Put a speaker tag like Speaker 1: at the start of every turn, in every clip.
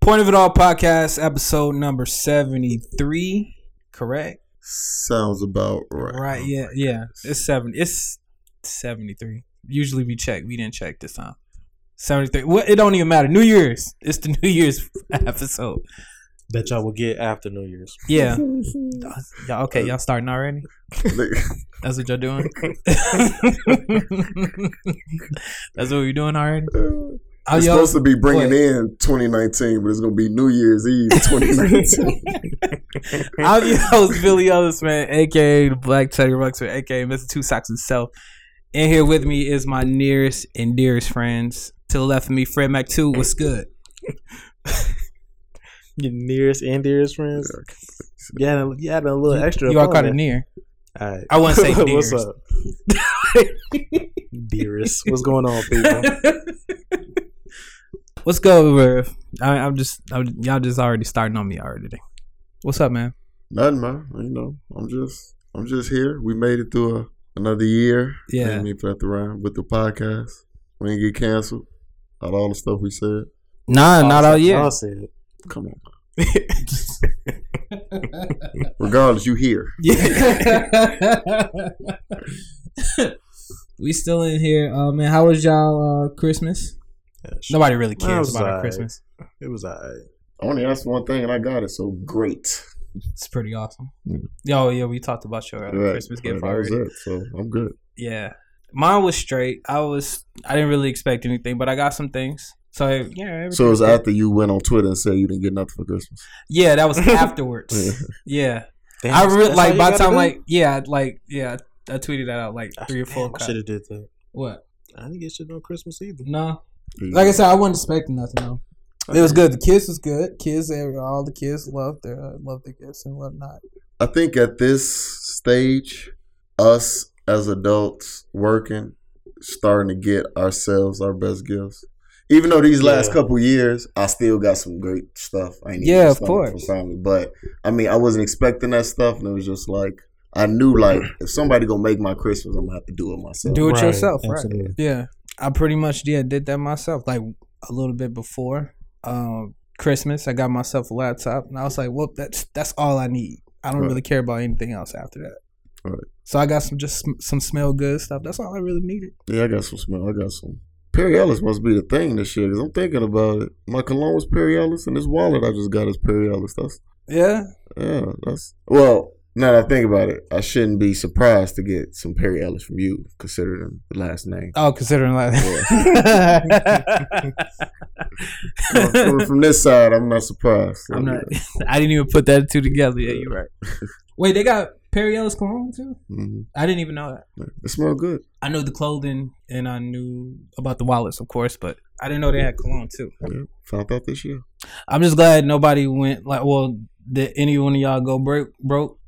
Speaker 1: Point of It All podcast, episode number 73, correct?
Speaker 2: Sounds about right. Oh
Speaker 1: Right, yeah, yeah. It's 70. It's 73. Usually we check. We didn't check this time. 73. What? It don't even matter. New Year's. It's the New Year's episode.
Speaker 3: that y'all will get after New Year's.
Speaker 1: Yeah. Y'all, okay, y'all starting already? That's what y'all doing? That's what we're doing already? Oh,
Speaker 2: it's
Speaker 1: y'all-
Speaker 2: supposed to be bringing
Speaker 1: what?
Speaker 2: in 2019, but it's gonna be New Year's Eve 2019.
Speaker 1: I'm your host, Billy Ellis, man, aka the Black Teddy Ruxpin, aka Mr. Two Socks himself. And here with me is my nearest and dearest friends. To the left of me, Fred Mac 2, what's good?
Speaker 3: Your nearest and dearest friends. Yeah, yeah, you added a little extra.
Speaker 1: You are
Speaker 3: upon
Speaker 1: kind of
Speaker 3: that.
Speaker 1: near.
Speaker 3: All right.
Speaker 1: I wouldn't say dearest.
Speaker 3: What's up? dearest. What's going on, people?
Speaker 1: what's good, Rev? I, I'm just, I'm, y'all just already starting on me already. today. What's up, man?
Speaker 2: Nothing, man. You know, I'm just, I'm just here. We made it through a, another year.
Speaker 1: Yeah.
Speaker 2: Me at the round with the podcast. We didn't get canceled. Out of all the stuff we said.
Speaker 1: Nah, not all year.
Speaker 3: Y'all said it.
Speaker 2: Come on. Regardless, you here.
Speaker 1: Yeah. we still in here. Uh, man, how was y'all uh, Christmas?
Speaker 3: Yeah, sure.
Speaker 1: Nobody really
Speaker 3: Mine
Speaker 1: cares
Speaker 3: was
Speaker 1: about our
Speaker 3: alright.
Speaker 1: Christmas.
Speaker 3: It was alright.
Speaker 2: I only asked one thing and I got it. So great.
Speaker 1: It's pretty awesome.
Speaker 2: Yeah.
Speaker 3: Mm.
Speaker 1: Yo, yeah, we talked about your uh,
Speaker 2: Right.
Speaker 1: Christmas
Speaker 2: Right,
Speaker 1: gift
Speaker 2: that was
Speaker 1: already.
Speaker 2: it. So I'm good.
Speaker 1: Yeah. Mine was straight. I was I didn't really expect anything, but I got some things. So yeah,
Speaker 2: So it
Speaker 1: everything's
Speaker 2: was
Speaker 1: good.
Speaker 2: after you went on Twitter and said you didn't get nothing for Christmas.
Speaker 1: Yeah, that was afterwards. yeah.
Speaker 3: Damn,
Speaker 1: I
Speaker 3: that's
Speaker 1: really
Speaker 3: all
Speaker 1: like
Speaker 3: you
Speaker 1: by the
Speaker 3: gotta
Speaker 1: time
Speaker 3: do?
Speaker 1: like yeah, like yeah, I I tweeted that out like
Speaker 3: I-
Speaker 1: three or four.
Speaker 3: damn, I
Speaker 1: times.
Speaker 3: should have did that.
Speaker 1: What?
Speaker 3: I didn't get shit on Christmas either.
Speaker 1: No. Like I said, I wasn't expecting nothing though. It was good. The kids was good. Kids, they were- all the kids loved their uh, loved their gifts and whatnot.
Speaker 2: I think at this stage, us as adults working, starting to get ourselves our best gifts. Even though these last
Speaker 3: Yeah.
Speaker 2: couple years, I still got some great stuff. I ain't even
Speaker 1: Yeah, of
Speaker 2: started
Speaker 1: course.
Speaker 2: From family. But I mean, I wasn't expecting that stuff, and it was just like I knew, like if somebody gonna make my Christmas, I'm gonna have to do it myself.
Speaker 1: Do it
Speaker 3: Right,
Speaker 1: yourself, right?
Speaker 3: absolutely.
Speaker 1: Yeah, I pretty much yeah did that myself. Like a little bit before um, Christmas, I got myself a laptop, and I was like, "Well, that's that's all I need. I don't
Speaker 2: Right.
Speaker 1: really care about anything else after that."
Speaker 2: Right.
Speaker 1: So I got some just sm- some smell good stuff. That's all I really needed.
Speaker 2: Yeah, I got some smell. I got some. Perry Ellis must be the thing this year because I'm thinking about it. My cologne was Perry Ellis, and this wallet I just got is Perry Ellis. That's
Speaker 1: Yeah,
Speaker 2: yeah, that's well. Now that I think about it, I shouldn't be surprised to get some Perry Ellis from you, considering the last name.
Speaker 1: oh, considering like
Speaker 2: Coming- coming from this side, I'm not surprised.
Speaker 1: I'm not. I didn't even put that two together. Yeah, you're right. Wait, they got Perry Ellis cologne too.
Speaker 2: Mhm.
Speaker 1: I didn't even know that.
Speaker 2: It smells good.
Speaker 1: I knew the clothing and I knew about the wallets, of course, but I didn't know they had cologne too.
Speaker 2: Yeah, found out this year.
Speaker 1: I'm just glad nobody went like, well, did any one of y'all go broke? Broke?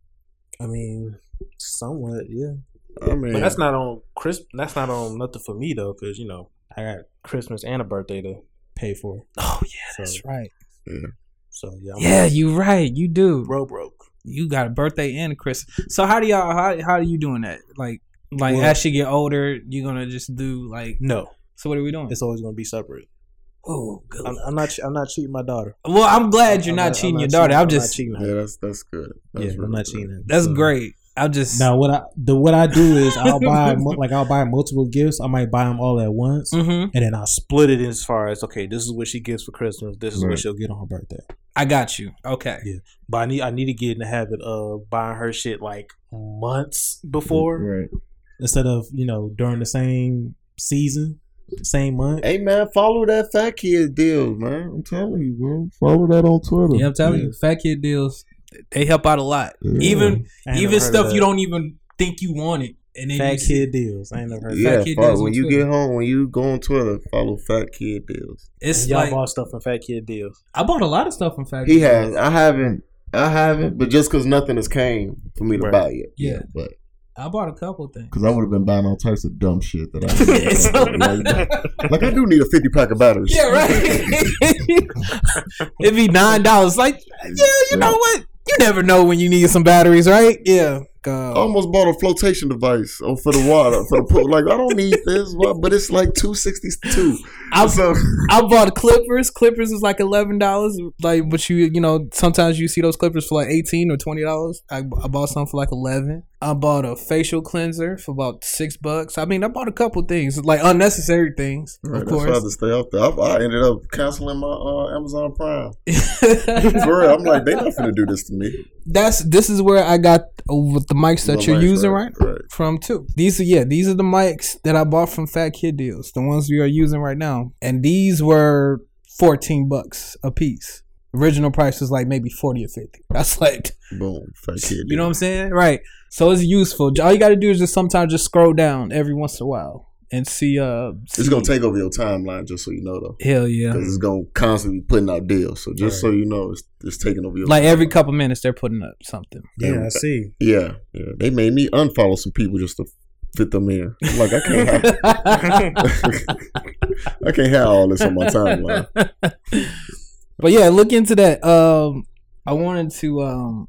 Speaker 3: I mean, somewhat, yeah.
Speaker 2: I mean,
Speaker 3: But that's not on Chris. That's not on nothing for me though, because you know I got Christmas and a birthday to pay for.
Speaker 1: Oh yeah,
Speaker 3: So,
Speaker 1: right.
Speaker 3: so yeah, I'm
Speaker 1: Yeah, you right. You do.
Speaker 3: broke, broke.
Speaker 1: You got a birthday and a Christmas. So how do y'all? How how are you doing that? Like like
Speaker 3: Well-
Speaker 1: as you get older, you're gonna just do like.
Speaker 3: No,
Speaker 1: So what are we doing?
Speaker 3: it's always gonna be separate.
Speaker 1: Oh, good.
Speaker 3: I'm, I'm not. I'm not cheating my daughter.
Speaker 1: well, I'm glad you're
Speaker 3: I'm
Speaker 1: not
Speaker 3: I'm
Speaker 1: cheating your daughter.
Speaker 3: cheating-
Speaker 1: I'm just.
Speaker 3: cheating. her.
Speaker 2: Yeah, that's that's good. That's
Speaker 3: yeah, I'm
Speaker 2: really
Speaker 3: not
Speaker 2: good.
Speaker 3: cheating. her.
Speaker 1: That's
Speaker 3: So-
Speaker 1: great. I'm just.
Speaker 3: Now what I the what I do is I'll buy mu- like I'll buy multiple gifts. I might buy them all at once,
Speaker 1: hmm
Speaker 3: and then I'll split it as far as okay, this is what she gets for Christmas. This is
Speaker 2: Right.
Speaker 3: what she'll get on her birthday.
Speaker 1: I got you. Okay.
Speaker 3: But I need I need to get in the habit of buying her shit like months before
Speaker 2: Right.
Speaker 1: Mm-hmm.
Speaker 3: instead of you know during the same season, same month.
Speaker 2: Hey man, follow that fat kid deal, man. I'm telling you, bro. Follow that on Twitter.
Speaker 1: Yeah, I'm telling you, fat kid deals they help out a lot. Even
Speaker 3: I ain't
Speaker 1: even
Speaker 3: never heard of
Speaker 1: stuff you
Speaker 3: that.
Speaker 1: don't even think you want it, and then
Speaker 3: Fat
Speaker 1: you see-
Speaker 3: kid deals. I ain't never heard. of that.
Speaker 2: Yeah,
Speaker 1: Fat Kid
Speaker 2: follow-
Speaker 1: Deals on
Speaker 2: when you
Speaker 1: Twitter.
Speaker 2: get home, when you go on Twitter, follow Fat Kid Deals.
Speaker 1: It's
Speaker 3: y'all
Speaker 1: like
Speaker 3: bought stuff from Fat Kid Deals.
Speaker 1: I bought a lot of stuff from fat.
Speaker 2: He
Speaker 1: Kid
Speaker 2: has.
Speaker 1: Deals.
Speaker 2: I haven't. I haven't. But just because nothing has came for me to
Speaker 3: Right.
Speaker 2: buy yet.
Speaker 1: Yeah.
Speaker 2: But
Speaker 1: I bought a couple things.
Speaker 2: because I would have been buying all types of dumb shit that
Speaker 1: It's
Speaker 2: I. like, like I do need a fifty pack of batteries.
Speaker 1: yeah, right. It'd be nine dollars. Like, yeah, you know what? You never know when you need some batteries, right? Yeah. uh,
Speaker 2: I almost bought a flotation device oh, for the water for the pool. Like I don't need this, why- but it's like two sixty two.
Speaker 1: I,
Speaker 2: So
Speaker 1: I bought Clippers. Clippers was like eleven dollars. Like, but you you know sometimes you see those Clippers for like eighteen or twenty dollars. I, I bought some for like eleven. I bought a facial cleanser for about six bucks. I mean, I bought a couple things like unnecessary things,
Speaker 2: right,
Speaker 1: of
Speaker 2: that's why I had
Speaker 1: course.
Speaker 2: to stay out there. I, I ended up canceling my uh, Amazon Prime. For real, I'm like they not gonna do this to me.
Speaker 1: that's this is where I got uh, with the mics that
Speaker 2: But
Speaker 1: you're
Speaker 2: like,
Speaker 1: using right,
Speaker 2: right, right.
Speaker 1: from too. These are yeah, these are the mics that I bought from Fat Kid Deals, the ones we are using right now. And these were fourteen bucks a piece. Original price was like maybe forty or fifty. That's like
Speaker 2: Boom, fat kid.
Speaker 1: you know what I'm saying, right? So it's useful. All you got to do is just sometimes just scroll down every once in a while and see. Uh, see
Speaker 2: It's gonna take over your timeline, just so you know though,
Speaker 1: hell yeah.
Speaker 2: because it's gonna constantly putting out deals. So just so you know, it's it's taking over your
Speaker 1: Like every
Speaker 2: timeline.
Speaker 1: couple minutes, they're putting up something.
Speaker 3: Yeah, I see.
Speaker 2: yeah yeah. They made me unfollow some people just to fit them in. I'm like I can't have, I can't have all this on my timeline.
Speaker 1: but yeah, look into that. Um, I wanted to, um,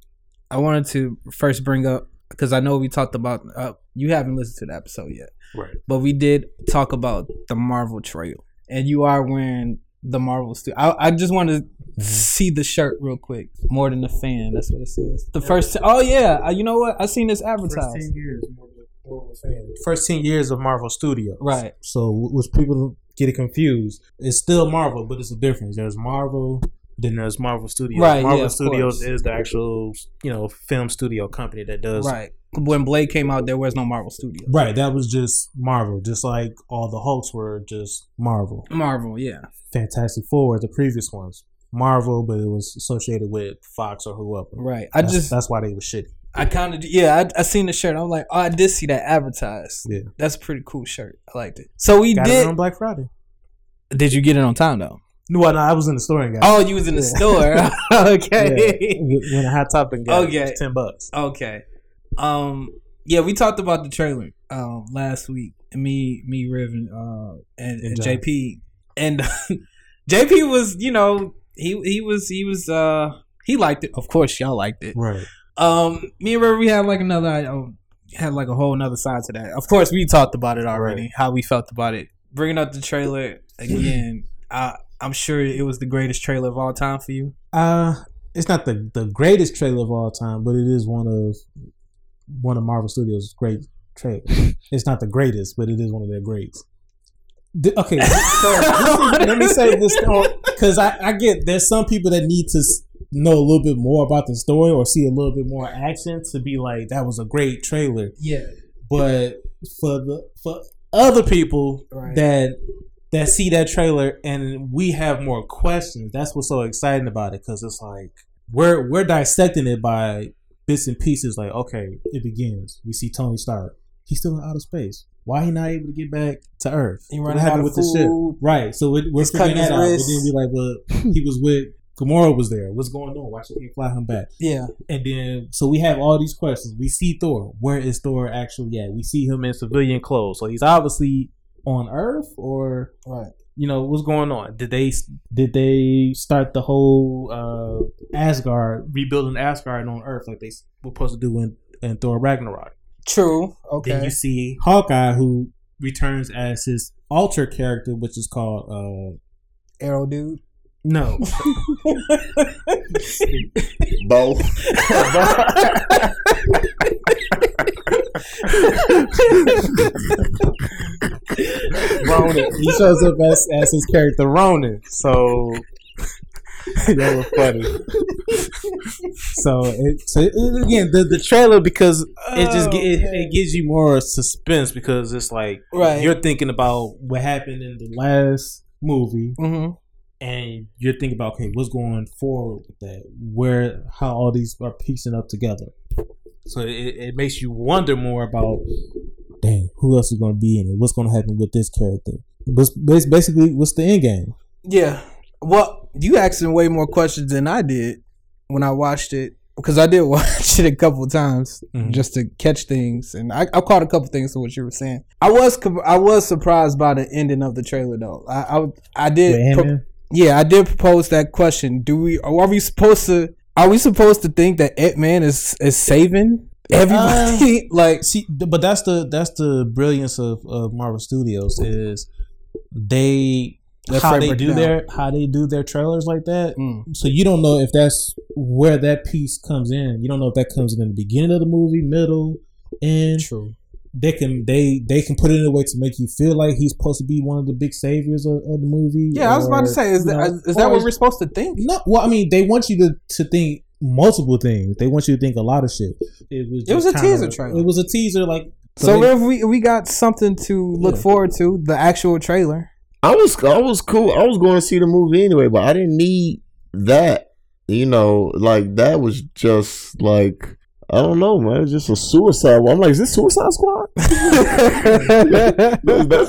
Speaker 1: I wanted to first bring up because I know we talked about. Uh, you haven't listened to the episode yet,
Speaker 3: Right.
Speaker 1: But we did talk about the Marvel trail, and you are wearing the Marvel suit. I, I just want to see the shirt real quick. More than a fan, that's what it says. The first. oh yeah, uh, you know what? I seen this
Speaker 3: First
Speaker 1: advertised.
Speaker 3: ten years, Marvel- Marvel fan. First ten years of Marvel Studios.
Speaker 1: Right.
Speaker 3: So, which people get it confused. It's still Marvel, but it's a difference. There's Marvel, then there's Marvel Studios.
Speaker 1: Right,
Speaker 3: Marvel
Speaker 1: yeah, of
Speaker 3: Studios
Speaker 1: course.
Speaker 3: is the actual, you know, film studio company that does.
Speaker 1: Right. When Blade came out, there was no Marvel Studio.
Speaker 3: Right, That was just Marvel, just like all the Hulks were just Marvel.
Speaker 1: Marvel, yeah.
Speaker 3: Fantastic Four, the previous ones, Marvel, but it was associated with Fox or whoever.
Speaker 1: Right. I
Speaker 3: That's-
Speaker 1: just
Speaker 3: that's why they were shitty.
Speaker 1: I kind of yeah. I, I seen the shirt. I'm like, oh, I did see that advertised.
Speaker 3: Yeah.
Speaker 1: that's a pretty cool shirt. I liked it. So we
Speaker 3: Got
Speaker 1: did.
Speaker 3: it on Black Friday.
Speaker 1: Did you get it on time though?
Speaker 3: Well, no, I was in the store and got it.
Speaker 1: Oh, you was in the
Speaker 3: Yeah.
Speaker 1: store. okay.
Speaker 3: Yeah, when I hot top and got
Speaker 1: Okay.
Speaker 3: it, it was ten bucks.
Speaker 1: Okay. Um. Yeah, we talked about the trailer um last week. Me, me, Riv, and uh, and, and
Speaker 3: And John.
Speaker 1: JP, and JP was, you know, he he was he was uh he liked it. Of course, y'all liked it.
Speaker 3: Right.
Speaker 1: Um, me and River, we had like another, I um, had like a whole another side to that. Of course, we talked about it already, how we felt about it. Bringing up the trailer again, I, I'm sure it was the greatest trailer of all time for you.
Speaker 3: Uh it's not the the greatest trailer of all time, but it is one of one of Marvel Studios' great trailers. it's not the greatest, but it is one of their greats. The- okay, so this is- let me say this because I, I get there's some people that need to s- know a little bit more about the story or see a little bit more action to be like that was a great trailer.
Speaker 1: Yeah,
Speaker 3: But for the for other people
Speaker 1: Right.
Speaker 3: that that see that trailer and we have more questions, that's what's so exciting about it because it's like we're we're dissecting it by bits and pieces. Like okay, it begins. We see Tony Stark. He's still in outer space. Why he not able to get back to Earth?
Speaker 1: He
Speaker 3: What
Speaker 1: running out
Speaker 3: happened
Speaker 1: of
Speaker 3: with the ship?
Speaker 1: food.
Speaker 3: Right. So we, we're
Speaker 1: He's
Speaker 3: figuring
Speaker 1: cutting his
Speaker 3: that out. But
Speaker 1: wrist.
Speaker 3: then we like, well, he was with Gamora was there. What's going on? Why should he fly him back?
Speaker 1: yeah,
Speaker 3: And then, so we have all these questions. We see Thor. Where is Thor actually at? We see him in civilian clothes. So he's obviously on Earth, or
Speaker 1: right.
Speaker 3: you know, what's going on? Did they did they start the whole uh, Asgard rebuilding Asgard on Earth like they were supposed to do in, in Thor Ragnarok?
Speaker 1: True. Okay.
Speaker 3: Then you see Hawkeye who returns as his alter character, which is called uh,
Speaker 1: Arrow dude.
Speaker 3: no,
Speaker 2: Bo,
Speaker 3: Ronan. He shows up as, as his character Ronan. So that was funny. so, it, so it- again, the, the trailer because it
Speaker 1: Oh,
Speaker 3: just gi- it, it gives you more suspense because it's like
Speaker 1: Right.
Speaker 3: you're thinking about what happened in the last movie
Speaker 1: hmm
Speaker 3: and you're thinking about okay what's going forward with that where how all these are piecing up together so it, it makes you wonder more about dang who else is going to be in it what's going to happen with this character what's bas- basically what's the end game
Speaker 1: Yeah. Well, you asked him way more questions than I did when I watched it because I did watch it a couple of times
Speaker 3: Mhm.
Speaker 1: just to catch things, and I, I caught a couple things of what you were saying. I was com- I was surprised by the ending of the trailer though. I I, I
Speaker 3: With
Speaker 1: did pro-
Speaker 3: Ant-Man?
Speaker 1: yeah I did propose that question. Do we are we supposed to are we supposed to think that Ant Man is is saving Everybody like
Speaker 3: see th- but that's the that's the brilliance of, of marvel studios is they
Speaker 1: Let's
Speaker 3: how
Speaker 1: break
Speaker 3: they
Speaker 1: it
Speaker 3: do
Speaker 1: down.
Speaker 3: their how they do their trailers like that
Speaker 1: mm,
Speaker 3: so you don't know if that's where that piece comes in you don't know if that comes in, in the beginning of the movie middle and
Speaker 1: true.
Speaker 3: they can they they can put it in a way to make you feel like he's supposed to be one of the big saviors of, of the movie
Speaker 1: Yeah, I was about to
Speaker 3: or,
Speaker 1: say, is
Speaker 3: you
Speaker 1: that
Speaker 3: know,
Speaker 1: is that what
Speaker 3: or it's-
Speaker 1: we're supposed to think?
Speaker 3: no, well, I mean, they want you to, to think multiple things. They want you to think a lot of shit. It was,
Speaker 1: It was
Speaker 3: just
Speaker 1: a
Speaker 3: kinda-
Speaker 1: teaser trailer.
Speaker 3: It was a teaser, like
Speaker 1: So
Speaker 3: they-
Speaker 1: if we we got something to look
Speaker 3: Yeah.
Speaker 1: forward to, the actual trailer.
Speaker 2: I was I was cool. I was going to see the movie anyway, but I didn't need that. You know, like that was just like I don't know, man. It's just a suicide. I'm like, is this Suicide Squad? that's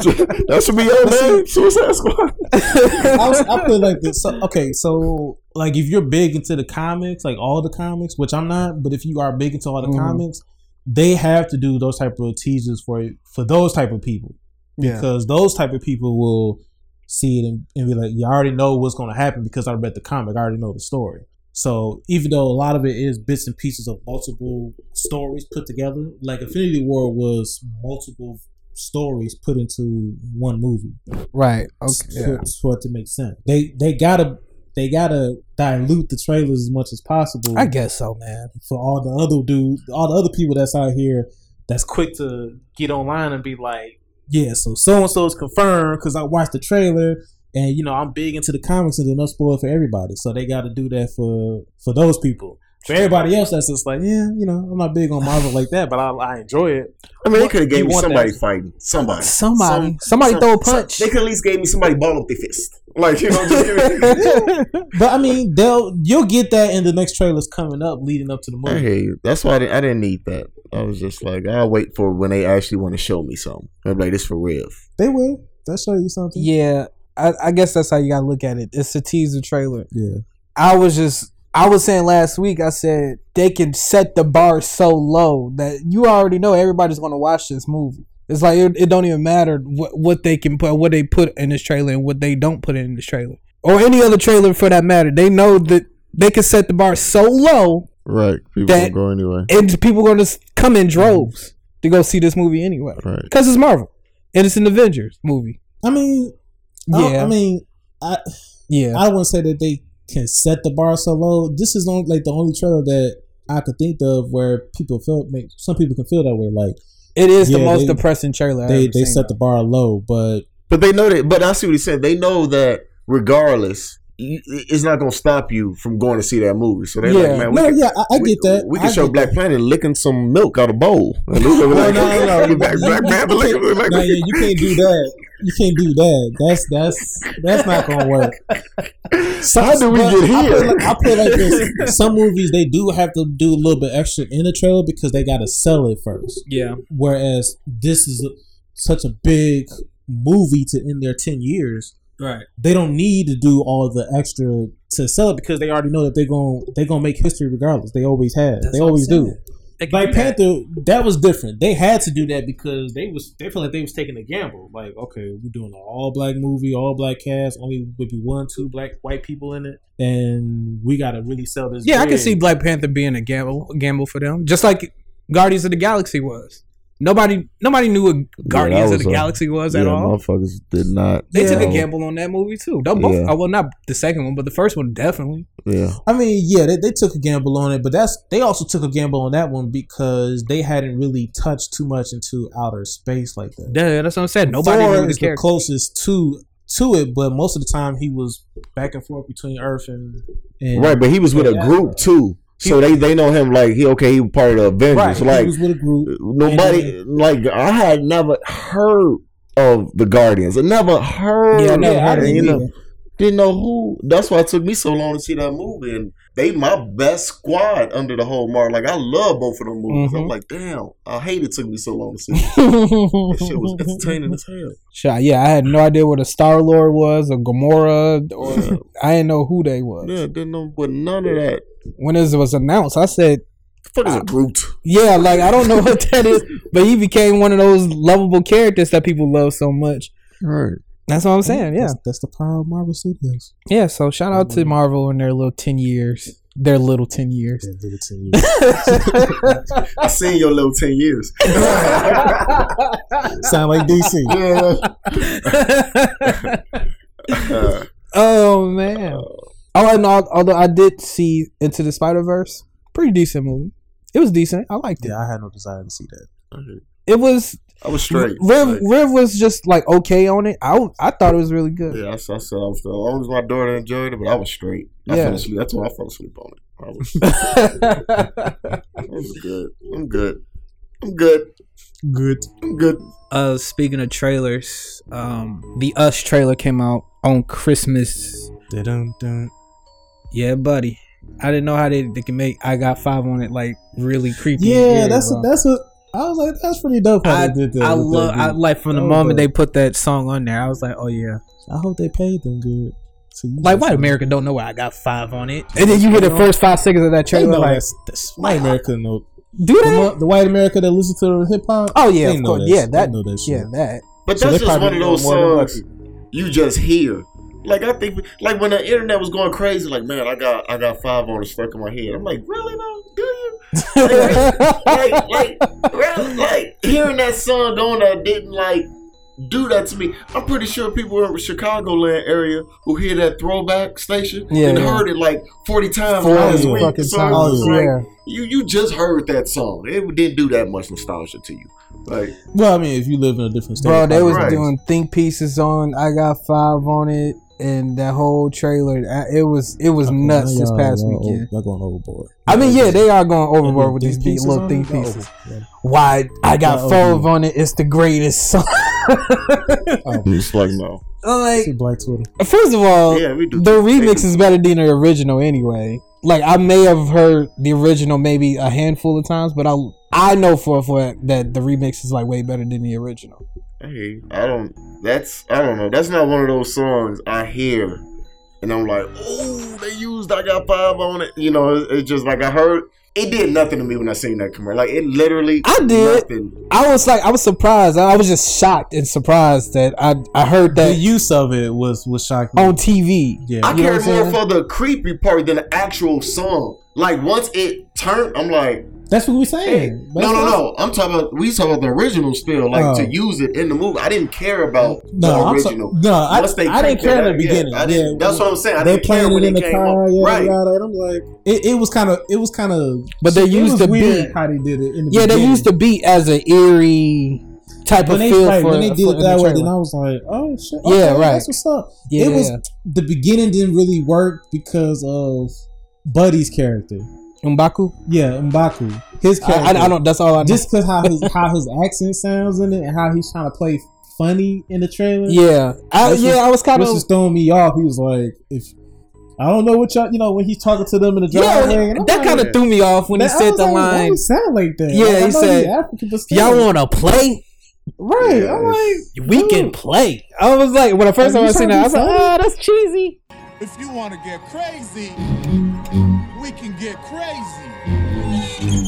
Speaker 2: that should be your name, Suicide Squad.
Speaker 3: I, was, I put it like this. So, okay, so like if you're big into the comics, like all the comics, which I'm not, but if you are big into all the
Speaker 1: Mhm.
Speaker 3: comics, they have to do those type of teasers for for those type of people
Speaker 1: Yeah.
Speaker 3: because those type of people will see it and, and be like, "You already know what's going to happen because I read the comic. I already know the story." So even though a lot of it is bits and pieces of multiple stories put together, like Infinity War was multiple stories put into one movie
Speaker 1: Right. Okay.
Speaker 3: for, for it to make sense. They they gotta they gotta dilute the trailers as much as possible
Speaker 1: I guess so, man.
Speaker 3: for all the other dude, all the other people that's out here that's quick to get online and be like, yeah, so so and so is confirmed because I watched the trailer and you know I'm big into the comics and enough spoil for everybody, so they got to do that for for those people. For everybody else, that's just like, yeah, you know, I'm not big on Marvel like that, but I, I enjoy it.
Speaker 2: I mean, they
Speaker 3: What-
Speaker 2: could have
Speaker 3: you
Speaker 2: gave me
Speaker 3: want
Speaker 2: somebody
Speaker 3: that?
Speaker 2: fighting somebody.
Speaker 1: Somebody,
Speaker 2: Some-
Speaker 1: somebody
Speaker 2: some-
Speaker 1: throw a
Speaker 2: some-
Speaker 1: punch.
Speaker 2: they could at least gave me somebody ball up their fist. Like you know, just give me.
Speaker 3: But I mean, they'll you'll get that in the next trailers coming up, leading up to the
Speaker 2: I
Speaker 3: movie.
Speaker 2: hear you. That's why I didn't, I didn't need that. I was just like, I'll wait for when they actually want to show me something. I'm like, this for real.
Speaker 3: They will. They'll show you something.
Speaker 1: yeah, I, I guess that's how you gotta look at it. It's a teaser trailer.
Speaker 3: yeah.
Speaker 1: I was just I was saying last week, I said they can set the bar so low that you already know everybody's gonna watch this movie. It's like it, it don't even matter what, what they can put, what they put in this trailer, and what they don't put in this trailer, or any other trailer for that matter. They know that they can set the bar so low,
Speaker 2: Right. People
Speaker 1: That-
Speaker 2: go anyway.
Speaker 1: and people gonna s- come in droves to go see this movie anyway,
Speaker 2: Right.
Speaker 1: because it's Marvel and it's an Avengers movie.
Speaker 3: I mean, yeah.
Speaker 1: Yeah.
Speaker 3: I, mean, I
Speaker 1: Yeah,
Speaker 3: I wouldn't say that they can set the bar so low. This is on, like the only trailer that I could think of where people felt make some people can feel that way. Like
Speaker 1: it is the
Speaker 3: Yeah,
Speaker 1: most
Speaker 3: they-
Speaker 1: depressing trailer.
Speaker 3: they they set the bar low, but
Speaker 2: But they know that. But I see what he's saying. They know that regardless, you- it's not going to stop you from going to see that movie. So they're
Speaker 1: Yeah.
Speaker 2: like, man, we
Speaker 3: no,
Speaker 2: can,
Speaker 3: yeah, I, I
Speaker 2: we-
Speaker 3: get that.
Speaker 2: We can
Speaker 3: I
Speaker 2: show
Speaker 3: get
Speaker 2: Black
Speaker 3: that.
Speaker 2: Planet licking some milk out of a bowl. And we were like,
Speaker 3: No, no, no, no.
Speaker 2: Black, Black Panther licking. we're like-
Speaker 3: No, yeah, you can't do that. You can't do that. That's that's that's not gonna work. Some-
Speaker 2: How do we
Speaker 3: but
Speaker 2: get
Speaker 3: I
Speaker 2: here?
Speaker 3: feel like, I feel like this. Some movies they do have to do a little bit extra in the trailer because they gotta sell it first.
Speaker 1: yeah,
Speaker 3: Whereas this is a, such a big movie to end their ten years.
Speaker 1: right.
Speaker 3: They don't need to do all the extra to sell it because they already know that they're gonna they're gonna make history regardless. They always have.
Speaker 1: That's
Speaker 3: they
Speaker 1: what I'm
Speaker 3: always do.
Speaker 1: saying. They can
Speaker 3: Black
Speaker 1: do that.
Speaker 3: Panther, that was different. They had to do that because they was they felt like they was taking a gamble. Like, okay, we're doing an all black movie, all black cast, only would be one, two black white people in it, and we gotta really sell this.
Speaker 1: Yeah, I can
Speaker 3: big.
Speaker 1: see Black Panther being a gamble gamble for them, just like Guardians of the Galaxy was. Nobody nobody knew what Guardians of
Speaker 2: was
Speaker 1: the
Speaker 2: a-
Speaker 1: Galaxy was at
Speaker 2: Yeah,
Speaker 1: all.
Speaker 2: Motherfuckers did not.
Speaker 1: They took a
Speaker 2: know.
Speaker 1: gamble on that movie too. They both,
Speaker 2: Yeah.
Speaker 1: oh, well, not the second one, but the first one definitely.
Speaker 2: Yeah.
Speaker 3: I mean, yeah, they, they took a gamble on it, but that's they also took a gamble on that one because they hadn't really touched too much into outer space like that.
Speaker 1: Yeah, that's what I'm saying. Nobody
Speaker 3: Thor
Speaker 1: knew the
Speaker 3: is the
Speaker 1: character.
Speaker 3: closest to to it, but most of the time he was back and forth between Earth and, and
Speaker 2: Right, but he was with a
Speaker 3: Yeah.
Speaker 2: group too. So they, they know him like he okay, he was part of the
Speaker 3: Right,
Speaker 2: Avengers.
Speaker 3: he
Speaker 2: Like
Speaker 3: was with a group.
Speaker 2: nobody like I had never heard of the Guardians. I never heard
Speaker 1: Yeah, I never
Speaker 2: of
Speaker 1: heard
Speaker 2: it,
Speaker 1: of
Speaker 2: you
Speaker 1: them
Speaker 2: know. Didn't know who. That's why it took me so long to see that movie. And they my best squad under the whole mark. Like I love both of them movies. I'm
Speaker 1: Mhm.
Speaker 2: like, damn, I hate it took me so long to see. It. That shit was entertaining as hell.
Speaker 1: Shit, yeah, I had no idea what a Star Lord was, or Gamora, or
Speaker 2: Yeah,
Speaker 1: I didn't know who they was.
Speaker 2: yeah, didn't know, but none of that.
Speaker 1: When it was announced, I said,
Speaker 2: The fuck is a Groot?
Speaker 1: Yeah, like I don't know what that is, but he became one of those lovable characters that people love so much.
Speaker 2: uh, Right.
Speaker 1: That's what I'm saying. Yeah,
Speaker 3: that's, that's the power of Marvel Studios. Mm-hmm.
Speaker 1: yeah. So shout out to Marvel and their little ten years. their little ten years.
Speaker 3: That little ten years.
Speaker 2: I seen your little ten years.
Speaker 3: Sound like DC.
Speaker 2: yeah. Uh,
Speaker 1: oh man! All in all, although I did see Into the Spider Verse, pretty decent movie. It was decent. I liked it.
Speaker 3: Yeah, I had no desire to see that.
Speaker 1: It was
Speaker 2: I was straight.
Speaker 1: Riv.
Speaker 2: Like,
Speaker 1: Riv was just like okay on it. I w- I thought it was really good.
Speaker 2: yeah, I, I said I was straight. As long as my daughter enjoyed it, but I was straight. I
Speaker 1: Yeah.
Speaker 2: fell asleep. That's why I fell asleep on it. I was, I was good. I'm good. I'm good.
Speaker 3: Good.
Speaker 2: I'm good.
Speaker 4: Uh, speaking of trailers, um,
Speaker 1: the Us trailer came out on Christmas.
Speaker 3: Dun, dun.
Speaker 4: yeah, buddy. I didn't know how they, they can make I Got Five on it like really creepy.
Speaker 3: Yeah,
Speaker 4: and weird,
Speaker 3: that's a,
Speaker 1: uh,
Speaker 4: bro.
Speaker 3: that's a. I was like, that's pretty dope. How they did that.
Speaker 4: I
Speaker 3: with that
Speaker 4: love. I
Speaker 3: dude.
Speaker 4: like from the
Speaker 3: Oh,
Speaker 4: moment
Speaker 3: bro.
Speaker 4: they put that song on there, I was like, oh yeah.
Speaker 3: I hope they paid them good. So you
Speaker 4: Like
Speaker 3: just-
Speaker 4: white America don't know why I Got Five on it.
Speaker 1: And then you get the first five seconds of that
Speaker 3: They
Speaker 1: trailer.
Speaker 3: know
Speaker 1: Like,
Speaker 3: that's, that's white America. Know
Speaker 1: do
Speaker 3: the,
Speaker 1: that?
Speaker 3: mo- the white America that listen to hip hop.
Speaker 1: Oh yeah,
Speaker 3: they
Speaker 1: of
Speaker 3: know
Speaker 1: course.
Speaker 3: that
Speaker 1: Yeah,
Speaker 3: shit. They
Speaker 1: that.
Speaker 3: know that shit.
Speaker 1: Yeah, that.
Speaker 2: But
Speaker 3: So
Speaker 2: that's
Speaker 3: they
Speaker 2: just one
Speaker 3: probably
Speaker 2: of those
Speaker 3: know more than
Speaker 2: songs you just hear. Like I think, like when the internet was going crazy, like man, I got I got five on it stuck in my head. I'm like, really though? Do you? Like, like, really? like hearing that song on that didn't like do that to me. I'm pretty sure people in Chicagoland area who hear that throwback station
Speaker 1: Yeah,
Speaker 2: and
Speaker 1: yeah.
Speaker 2: heard it like 40 times last
Speaker 3: yeah.
Speaker 1: Forty
Speaker 2: week.
Speaker 1: fucking
Speaker 2: So it was
Speaker 1: times.
Speaker 2: like,
Speaker 1: Yeah.
Speaker 2: you you just heard that song. It didn't do that much nostalgia to you. Like
Speaker 3: Well, I mean, if you live in a different state,
Speaker 1: Bro, they was
Speaker 2: Right.
Speaker 1: doing think pieces on I Got Five on it and that whole trailer. I- It was it was
Speaker 3: probably-
Speaker 1: nuts this
Speaker 3: y'all- Oh,
Speaker 1: past
Speaker 3: y'all-
Speaker 1: weekend.
Speaker 3: Y'all going overboard.
Speaker 1: I mean, yeah, they are going
Speaker 3: Y'all
Speaker 1: overboard with
Speaker 3: doing
Speaker 1: these
Speaker 3: think
Speaker 1: big
Speaker 3: pieces
Speaker 1: little
Speaker 3: on
Speaker 1: think
Speaker 3: it? Y'all
Speaker 1: pieces.
Speaker 3: overboard.
Speaker 1: Why I got
Speaker 3: Y'all
Speaker 1: Fove
Speaker 3: overboard.
Speaker 1: on it, it's the greatest song.
Speaker 2: it's like no.
Speaker 1: like
Speaker 3: See Black Twitter.
Speaker 1: first of all,
Speaker 2: Yeah, we do.
Speaker 1: the remix is better than the original anyway. Like I may have heard the original maybe a handful of times, but I I know for a fact that the remix is like way better than the original.
Speaker 2: Hey, I don't. That's I don't know. That's not one of those songs I hear, and I'm like, oh, they used I got five on it. You know, it's, it's just like I heard. It did nothing to me when I seen that commercial. Like it literally.
Speaker 1: I did.
Speaker 2: Nothing.
Speaker 1: I was like, I was surprised. I was just shocked and surprised that I I heard
Speaker 3: The
Speaker 1: that
Speaker 3: use of it was was shocking.
Speaker 1: on TV.
Speaker 3: yeah,
Speaker 2: I
Speaker 1: You know
Speaker 2: cared
Speaker 1: what I'm
Speaker 2: more for the creepy part than the actual song. Like once it turned, I'm like,
Speaker 3: that's what we
Speaker 2: hey,
Speaker 3: saying.
Speaker 2: no, no, no. I'm talking about we talking about the original still. Like
Speaker 3: Oh.
Speaker 2: to use it in the movie, I didn't care about
Speaker 3: No,
Speaker 2: the
Speaker 3: I'm so-
Speaker 2: original.
Speaker 3: no, I,
Speaker 2: Once they
Speaker 3: I didn't
Speaker 2: cranked
Speaker 3: care
Speaker 2: that
Speaker 3: in
Speaker 2: out,
Speaker 3: the
Speaker 2: yeah,
Speaker 3: beginning.
Speaker 2: I didn't-
Speaker 3: Yeah,
Speaker 2: that's what I'm saying. I
Speaker 3: they
Speaker 2: didn't care
Speaker 3: playing
Speaker 2: when
Speaker 3: it in
Speaker 2: it
Speaker 3: the
Speaker 2: came
Speaker 3: car,
Speaker 2: up.
Speaker 3: yada
Speaker 2: right.
Speaker 3: yada, and I'm like, it, it was kind of, it was kind of,
Speaker 1: But they used the
Speaker 3: weird
Speaker 1: beat.
Speaker 3: how they did it. In the
Speaker 1: Yeah, they
Speaker 3: beginning.
Speaker 1: used the beat as an eerie type
Speaker 3: when
Speaker 1: of
Speaker 3: they,
Speaker 1: feel
Speaker 3: right,
Speaker 1: for
Speaker 3: when they did
Speaker 1: for-
Speaker 3: it
Speaker 1: in
Speaker 3: that
Speaker 1: the
Speaker 3: way.
Speaker 1: trailer.
Speaker 3: Then I was like, oh shit,
Speaker 1: Yeah,
Speaker 3: okay,
Speaker 1: right.
Speaker 3: That's what's up.
Speaker 1: yeah,
Speaker 3: it was the beginning didn't really work because of Buddy's character.
Speaker 1: Mbaku.
Speaker 3: Yeah, Mbaku, his character.
Speaker 1: I, I, I don't. That's all I know.
Speaker 3: just because how his how his accent sounds in it and how he's trying to play funny in the trailer.
Speaker 1: yeah, I,
Speaker 3: This
Speaker 1: yeah.
Speaker 3: is-
Speaker 1: I was kind
Speaker 3: which
Speaker 1: of
Speaker 3: is throwing me off. He was like, if I don't know what y'all, you know, when he's talking to them in the
Speaker 1: yeah.
Speaker 3: driveway, and I'm
Speaker 1: That
Speaker 3: like,
Speaker 1: kind of threw me off when he
Speaker 3: that- I
Speaker 1: said
Speaker 3: was
Speaker 1: the
Speaker 3: like, why
Speaker 1: line.
Speaker 3: you sound like that.
Speaker 1: Yeah,
Speaker 3: Like, I
Speaker 1: he
Speaker 3: know you
Speaker 1: said,
Speaker 3: African, but still.
Speaker 1: Y'all want to play?
Speaker 3: right?
Speaker 2: Yeah,
Speaker 3: I'm like,
Speaker 1: We can play. I was like, when I first
Speaker 3: Are
Speaker 1: time
Speaker 3: you
Speaker 1: I seen
Speaker 3: trying
Speaker 1: that, I
Speaker 3: to
Speaker 1: was like,
Speaker 3: be
Speaker 1: oh, that's cheesy.
Speaker 5: If you want to get crazy, we can get crazy.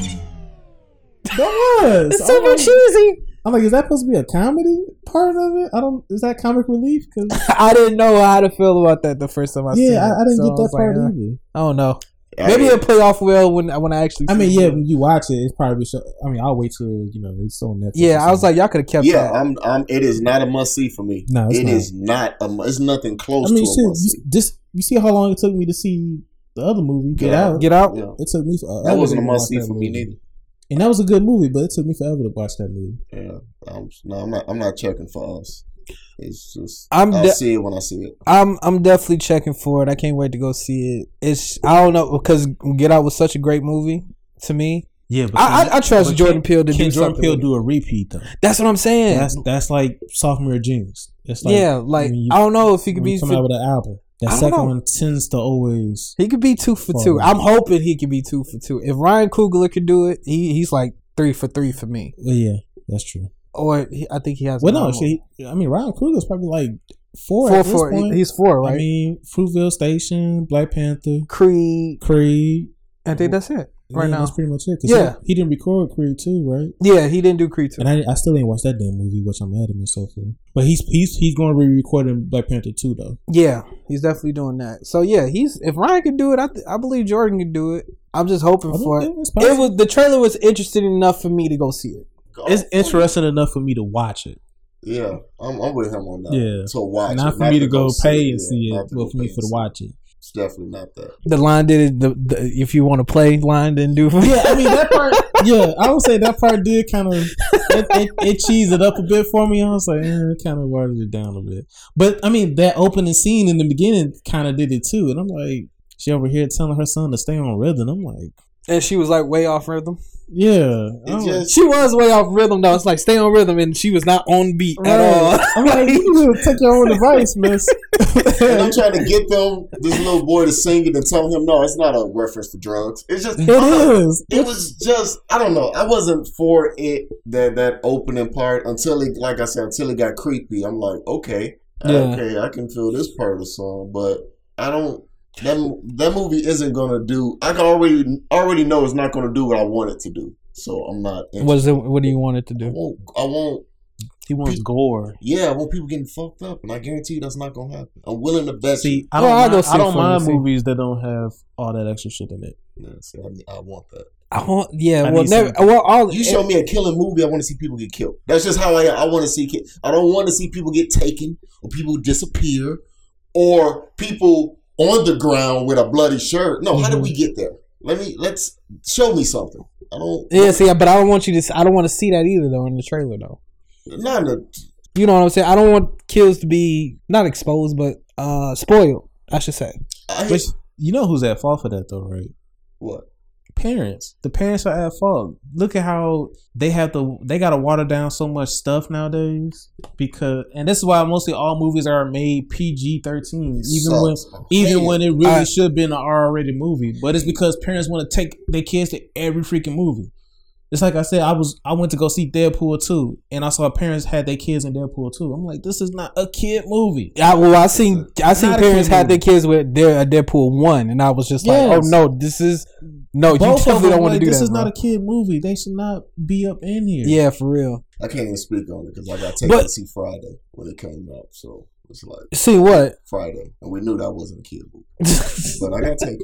Speaker 3: that was.
Speaker 1: It's super
Speaker 3: I'm, like,
Speaker 1: cheesy.
Speaker 3: I'm like, is that supposed to be a comedy part of it? I don't. Is that comic relief? 'Cause-
Speaker 1: I didn't know how to feel about that the first time I seen it.
Speaker 3: yeah, I, I didn't
Speaker 1: So
Speaker 3: get that
Speaker 1: was like,
Speaker 3: part
Speaker 1: uh,
Speaker 3: either.
Speaker 1: I don't know.
Speaker 2: I-
Speaker 1: Maybe it'll play off well when when I actually.
Speaker 3: I mean,
Speaker 1: see
Speaker 3: yeah,
Speaker 1: it.
Speaker 3: when you watch it, it's probably. Show, I mean, I'll wait till you know it's on Netflix. or
Speaker 1: yeah. I was like,
Speaker 3: something.
Speaker 1: y'all could have kept
Speaker 2: Yeah,
Speaker 1: that.
Speaker 2: I'm, I'm. It is not a must see for me.
Speaker 3: No, it's
Speaker 2: It
Speaker 3: not.
Speaker 2: is not a. mu- It's nothing close
Speaker 3: I
Speaker 2: to a
Speaker 3: mean,
Speaker 2: must
Speaker 3: shit,
Speaker 2: see.
Speaker 3: you, this. You see how long it took me to see the other movie Get
Speaker 2: Yeah.
Speaker 3: Out.
Speaker 1: Get out.
Speaker 2: Yeah.
Speaker 3: It took me forever.
Speaker 2: That wasn't a
Speaker 3: to watch
Speaker 2: must see
Speaker 3: that
Speaker 2: for me
Speaker 3: movie.
Speaker 2: neither.
Speaker 3: And that was a good movie, but it took me forever to watch that movie.
Speaker 2: Yeah, I'm, no, I'm not. I'm not checking for us. It's just i
Speaker 1: I'm
Speaker 2: will
Speaker 1: de-
Speaker 2: see it when I see it.
Speaker 1: I'm I'm definitely checking for it. I can't wait to go see it. It's I don't know because Get Out was such a great movie to me.
Speaker 3: Yeah, but
Speaker 1: I I, I trust
Speaker 3: but
Speaker 1: Jordan
Speaker 3: can-
Speaker 1: Peele to do
Speaker 3: can Jordan
Speaker 1: something.
Speaker 3: Peele
Speaker 1: with it.
Speaker 3: do a repeat though?
Speaker 1: That's what I'm saying.
Speaker 3: That's that's like sophomore genius. It's like
Speaker 1: yeah, like
Speaker 3: when you-
Speaker 1: I don't know if he could
Speaker 3: when you
Speaker 1: be
Speaker 3: come
Speaker 1: for-
Speaker 3: out with an album. That
Speaker 1: I don't
Speaker 3: second
Speaker 1: know.
Speaker 3: one tends to always.
Speaker 1: he could be two for
Speaker 3: Well,
Speaker 1: two.
Speaker 3: yeah.
Speaker 1: I'm hoping he could be two for two. If Ryan Coogler could do it, he he's like three for three for me.
Speaker 3: Well, yeah, that's true.
Speaker 1: Or he, I think he has.
Speaker 3: Well, no,
Speaker 1: another
Speaker 3: shit, he- I mean Ryan Coogler's probably like four.
Speaker 1: one.
Speaker 3: at
Speaker 1: four
Speaker 3: this
Speaker 1: four. He-
Speaker 3: point.
Speaker 1: he's four, right?
Speaker 3: I mean, Fruitville Station, Black Panther,
Speaker 1: Creed.
Speaker 3: Creed.
Speaker 1: I think that's it. right
Speaker 3: yeah,
Speaker 1: now.
Speaker 3: that's pretty much it. 'Cause
Speaker 1: Yeah.
Speaker 3: he, he didn't record Creed too, right?
Speaker 1: Yeah, he didn't do Creed two.
Speaker 3: And I, I still ain't watched that damn movie, which I'm mad at myself for. But he's he's he's going to be recording Black Panther two though.
Speaker 1: Yeah, he's definitely doing that. So yeah, he's if Ryan can do it, I th- I believe Jordan can do it. I'm just hoping
Speaker 3: I think
Speaker 1: for it.
Speaker 3: that was
Speaker 1: It
Speaker 3: possible.
Speaker 1: was the trailer was interesting enough for me to go see it.
Speaker 3: It's interesting enough for me to watch it.
Speaker 2: Yeah, I'm, I'm with him on that.
Speaker 3: Yeah.
Speaker 2: to watch,
Speaker 3: not
Speaker 2: it,
Speaker 3: for me to go
Speaker 2: see
Speaker 3: pay
Speaker 2: yeah,
Speaker 3: and see
Speaker 2: not
Speaker 3: it,
Speaker 2: to
Speaker 3: but
Speaker 2: go
Speaker 3: for me
Speaker 2: pay
Speaker 3: for to
Speaker 2: and see
Speaker 3: watch it.
Speaker 2: It's definitely not that.
Speaker 1: The line did it. The, the if you want to play line didn't do. For
Speaker 3: Yeah, I mean that part. yeah, I would say that part did kind of it, it, it cheesed it up a bit for me. I was like, eh, it kind of watered it down a bit. But I mean, that opening scene in the beginning kind of did it too. And I'm like, she over here telling her son to stay on rhythm. I'm like,
Speaker 1: and she was like way off rhythm.
Speaker 3: yeah,
Speaker 2: It
Speaker 3: I'm like-
Speaker 2: just
Speaker 1: She was way off rhythm though. It's like stay on rhythm, and she was not on beat at all.
Speaker 3: I'm like, you need to take your own advice, miss.
Speaker 2: and I'm trying to get them this little boy to sing it and tell him no, it's not a reference to drugs. It's just
Speaker 3: it is.
Speaker 2: it was just I don't know. I wasn't for it that that opening part until it like I said until it got creepy. I'm like okay,
Speaker 3: Yeah.
Speaker 2: okay, I can feel this part of the song, but I don't. That that movie isn't gonna do. I can already already know it's not gonna do what I want it to do. So I'm not. interested.
Speaker 1: Was it? What do you want it to
Speaker 2: I
Speaker 1: do?
Speaker 2: won't. I won't.
Speaker 3: He wants gore.
Speaker 2: Yeah, I want people getting fucked up, and I guarantee you that's not gonna happen. I'm willing to bet.
Speaker 3: See, I
Speaker 1: I
Speaker 3: don't,
Speaker 1: don't
Speaker 3: mind,
Speaker 1: mind- I don't mind
Speaker 3: movies that don't have all that extra shit in it.
Speaker 2: you. Yeah, see, I, I want that.
Speaker 1: I want, yeah,
Speaker 3: I
Speaker 1: well,
Speaker 3: need
Speaker 1: never, well, all
Speaker 2: You show me a killing movie, I want to see people get killed. That's just how I I want to see. Ki- I don't want to see people get taken or people disappear or people on the ground with a bloody shirt. No, how did
Speaker 3: Mm-hmm.
Speaker 2: we get there? Let me let's show me something. I don't
Speaker 1: yeah, see, but I don't want you to. s- I don't want to see that either though in the trailer though.
Speaker 2: not a,
Speaker 1: You know what I'm saying? I don't want kills to be not exposed, but uh spoiled. I should say.
Speaker 2: I
Speaker 3: Which you know who's at fault for that though, right?
Speaker 2: what
Speaker 3: parents. The parents are at fault. Look at how they have to they gotta water down so much stuff nowadays because and this is why mostly all movies are made PG thirteen. Even when
Speaker 2: Sucks. I hate
Speaker 3: even when it really
Speaker 1: I-
Speaker 3: should have been an R rated movie. But it's because parents want to take their kids to every freaking movie. It's like I said, I was I went to go see Deadpool 2 and I saw parents had their kids in Deadpool 2. I'm like, this is not a kid movie.
Speaker 1: I, well, I seen I seen
Speaker 3: Not a
Speaker 1: parents
Speaker 3: kid
Speaker 1: had their kids with their Deadpool one, and I was just like, oh
Speaker 3: Yes.
Speaker 1: no, this is no.
Speaker 3: Both
Speaker 1: you
Speaker 3: of
Speaker 1: definitely
Speaker 3: them,
Speaker 1: don't want to
Speaker 3: like,
Speaker 1: do
Speaker 3: this
Speaker 1: that.
Speaker 3: is
Speaker 1: bro.
Speaker 3: not a kid movie. They should not be up in here.
Speaker 1: yeah, for real.
Speaker 2: I can't even speak on it because I got taken
Speaker 1: But-
Speaker 2: to see Friday when it came out. So it's like
Speaker 1: See what?
Speaker 2: Friday, and we knew that wasn't a kid movie, but I got taken.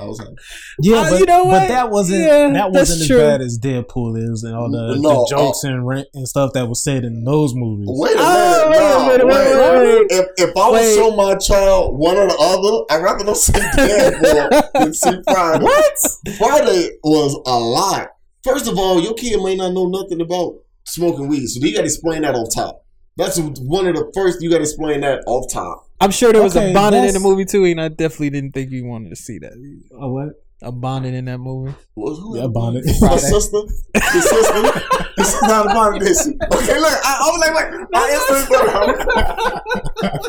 Speaker 2: I was like,
Speaker 3: Yeah,
Speaker 1: Uh,
Speaker 3: but,
Speaker 1: you know
Speaker 3: but
Speaker 1: what?
Speaker 3: that wasn't
Speaker 1: Yeah,
Speaker 3: that
Speaker 1: that's
Speaker 3: wasn't as
Speaker 1: true. uh,
Speaker 3: bad as Deadpool is and all
Speaker 2: No,
Speaker 3: the, the jokes and rant and stuff that was said in those movies.
Speaker 2: Wait a minute.
Speaker 1: Oh, wait a
Speaker 2: no,
Speaker 1: minute, wait, wait, wait.
Speaker 2: If, if I would
Speaker 1: Wait.
Speaker 2: show my child one or the other, I'd rather them see Deadpool than see Friday.
Speaker 1: What?
Speaker 2: Friday was a lot. First of all, your kid may not know nothing about smoking weed, so you got to explain that off top. That's one of the first you got to explain that off top.
Speaker 1: I'm sure there was
Speaker 3: Okay,
Speaker 1: a bonnet in
Speaker 3: that's-
Speaker 1: the movie too, and I definitely didn't think you wanted to see that.
Speaker 3: Oh, what?
Speaker 1: A bonnet in that movie.
Speaker 2: Well, who
Speaker 3: Yeah, bonnet.
Speaker 2: My sister, your sister, your sister not a bonnet. did she? Okay, look, I, I was like, like, I instantly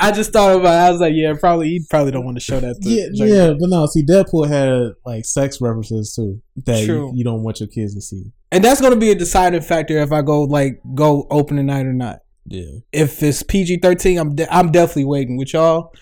Speaker 1: I just thought about. it. I was like, yeah, probably he probably don't want to show that. To
Speaker 3: Yeah,
Speaker 1: Jake.
Speaker 3: yeah, but no, see, Deadpool had like sex references too that you,
Speaker 1: True.
Speaker 3: you don't want your kids to see.
Speaker 1: And that's gonna be a deciding factor if I go like go open night or not.
Speaker 3: Yeah,
Speaker 1: If it's PG thirteen, I'm de- I'm definitely waiting with y'all.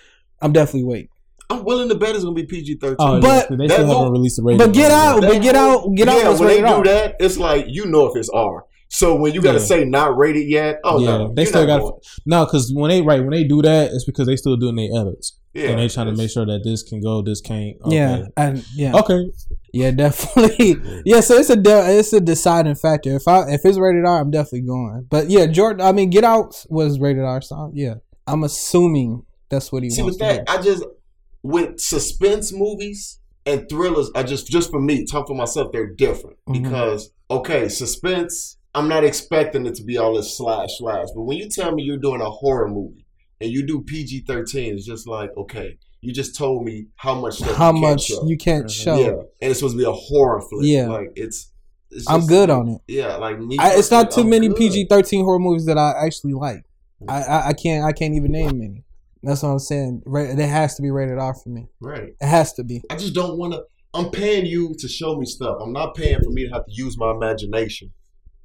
Speaker 1: I'm definitely waiting.
Speaker 2: I'm willing to bet it's gonna be PG thirteen.
Speaker 3: oh,
Speaker 1: But-
Speaker 3: yeah, they
Speaker 2: that
Speaker 3: still haven't
Speaker 2: whole-
Speaker 3: released the rating.
Speaker 1: But get
Speaker 3: yet.
Speaker 1: out,
Speaker 2: They
Speaker 1: but get out, get out.
Speaker 2: yeah,
Speaker 1: What's
Speaker 2: when they
Speaker 1: rated
Speaker 2: do
Speaker 1: R.
Speaker 2: that, it's like you know if it's R. So when you got to
Speaker 3: Yeah.
Speaker 2: say not rated yet, oh
Speaker 3: yeah,
Speaker 2: no,
Speaker 3: they
Speaker 2: you're not
Speaker 3: still got
Speaker 2: going.
Speaker 3: no, because when they right when they do that, it's because they still doing their edits
Speaker 2: Yeah,
Speaker 3: and they trying to make sure that this can go, this can't. Okay.
Speaker 1: Yeah, and yeah,
Speaker 3: Okay.
Speaker 1: Oh. yeah, definitely. yeah, so it's a de- it's a deciding factor. If I if it's rated R, I'm definitely going. But yeah, Jordan, I mean, Get Out was rated R, so I'm- yeah, I'm assuming that's what he
Speaker 2: See
Speaker 1: wants.
Speaker 2: with
Speaker 1: To
Speaker 2: that,
Speaker 1: do.
Speaker 2: I just with suspense movies and thrillers, I just just for me, talk for myself, they're different
Speaker 1: Mhm.
Speaker 2: because okay, suspense. I'm not expecting it to be all this slash slash, but when you tell me you're doing a horror movie and you do PG-13, it's just like okay, you just told me how much stuff
Speaker 1: How
Speaker 2: you can't
Speaker 1: much
Speaker 2: show. Uh-huh.
Speaker 1: you can't show?
Speaker 2: yeah, and it's supposed to be a horror flick.
Speaker 1: Yeah.
Speaker 2: like it's. it's
Speaker 1: I'm
Speaker 2: just-
Speaker 1: good on it.
Speaker 2: Yeah, like me.
Speaker 1: I, it's not too
Speaker 2: I'm
Speaker 1: many
Speaker 2: good.
Speaker 1: PG thirteen horror movies that I actually like. I, I I can't I can't even name any. That's what I'm saying. Ra- It has to be rated R for me.
Speaker 2: Right.
Speaker 1: It has to be.
Speaker 2: I just don't want to. I'm paying you to show me stuff. I'm not paying for me to have to use my imagination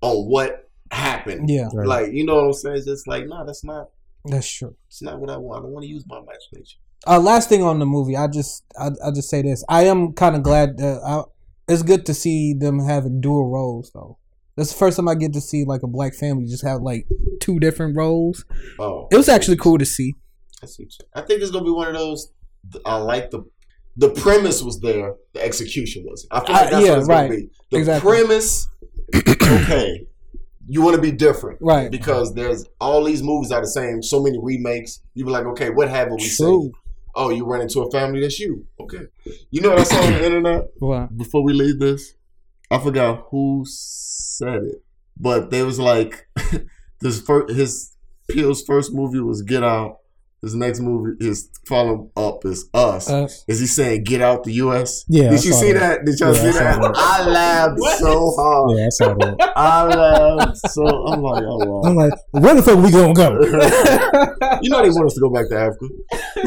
Speaker 2: on what happen.
Speaker 1: Yeah,
Speaker 3: Right.
Speaker 2: Like you know what I'm saying? It's just like, nah, that's not.
Speaker 1: that's true.
Speaker 2: It's not what I want. I don't want to use my imagination.
Speaker 1: Uh, last thing on the movie, I just I I just say this. I am kind of glad that I, it's good to see them having dual roles though. That's the first time I get to see like a black family just have like two different roles.
Speaker 2: Oh,
Speaker 1: It was actually cool to see.
Speaker 2: I see what you're- I think it's gonna be one of those. I like the the premise was there. The execution was. I feel like
Speaker 1: I-
Speaker 2: that's
Speaker 1: Uh, yeah,
Speaker 2: what it's gonna
Speaker 1: right.
Speaker 2: be. The
Speaker 1: Exactly.
Speaker 2: premise. okay, you want to be different,
Speaker 1: Right.
Speaker 2: Because there's all these movies are the same. So many remakes. You be like, okay, what haven't we
Speaker 1: True.
Speaker 2: seen? Oh, you run into a family. That's you. Okay. You know what I saw on the internet
Speaker 1: What?
Speaker 2: before we leave this, I forgot who said it, but they was like, this first his Peel's first movie was Get Out. His next movie, his follow up is Us.
Speaker 1: Uh,
Speaker 2: is he saying Get Out the U.S.?
Speaker 3: Yeah, I
Speaker 2: Did you
Speaker 3: saw
Speaker 2: see
Speaker 3: that.
Speaker 2: that? Did y'all
Speaker 3: Yeah, I
Speaker 2: see
Speaker 3: saw
Speaker 2: that?
Speaker 3: that.
Speaker 2: I laughed so hard.
Speaker 3: Yeah, I saw that.
Speaker 2: I laughed so. I'm like, oh wow.
Speaker 3: I'm like, where the fuck we gonna go?
Speaker 2: you know they want us to go back to Africa,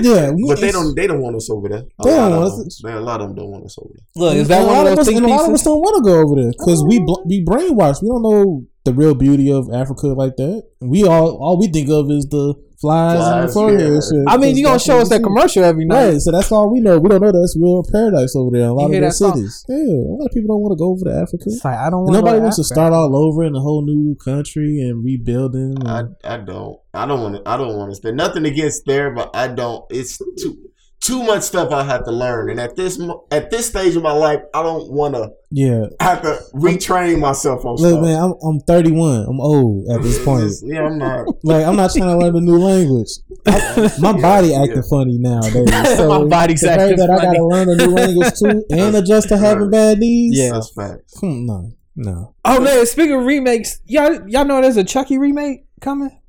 Speaker 3: Yeah,
Speaker 2: but they don't. They don't want us over there. A
Speaker 3: They
Speaker 2: lot
Speaker 3: don't
Speaker 2: of
Speaker 3: want us-
Speaker 2: them- man, A lot of them don't want us over there.
Speaker 1: look, is
Speaker 3: And
Speaker 1: that
Speaker 3: a
Speaker 1: one
Speaker 3: lot
Speaker 1: of those
Speaker 3: us-
Speaker 1: think
Speaker 3: and A lot of us
Speaker 1: pieces?
Speaker 3: don't want to go over there because we bl- we brainwashed. We don't know the real beauty of Africa like that. We all all we think of is the flies, and the
Speaker 2: Flies,
Speaker 3: Florida
Speaker 2: yeah.
Speaker 3: and shit.
Speaker 1: I mean, you gonna
Speaker 3: That's
Speaker 1: show
Speaker 3: what
Speaker 1: us
Speaker 3: we
Speaker 1: that
Speaker 3: see.
Speaker 1: commercial every night?
Speaker 3: Right, so that's all we know. We don't know that's real paradise over there. in A lot
Speaker 1: hear
Speaker 3: of
Speaker 1: that
Speaker 3: those
Speaker 1: song?
Speaker 3: cities. Yeah, a lot of people don't want to go over to Africa.
Speaker 1: It's like I don't.
Speaker 3: And
Speaker 1: wanna go
Speaker 3: nobody wants to
Speaker 1: Africa.
Speaker 3: start all over in a whole new country and rebuilding. and-
Speaker 2: I, I don't I don't want to I don't want to spend nothing against there, but I don't. It's too too much stuff I have to learn, and at this mo- at this stage of my life, I don't want to
Speaker 3: yeah,
Speaker 2: have to retrain myself on
Speaker 3: look,
Speaker 2: stuff.
Speaker 3: man, I'm I'm 31. I'm old at this
Speaker 2: It's
Speaker 3: point.
Speaker 2: just- yeah, I'm not.
Speaker 3: Like I'm not trying to learn a new language. I- my body
Speaker 2: yeah.
Speaker 3: acting funny nowadays. So
Speaker 1: My body's
Speaker 3: the fact
Speaker 1: acting
Speaker 3: that I
Speaker 1: funny.
Speaker 3: gotta learn a new language too and adjust to having bad knees.
Speaker 1: Yeah.
Speaker 2: That's facts.
Speaker 3: Hmm, no, no,
Speaker 1: Oh man, speaking of remakes, y'all y'all know there's a Chucky remake coming.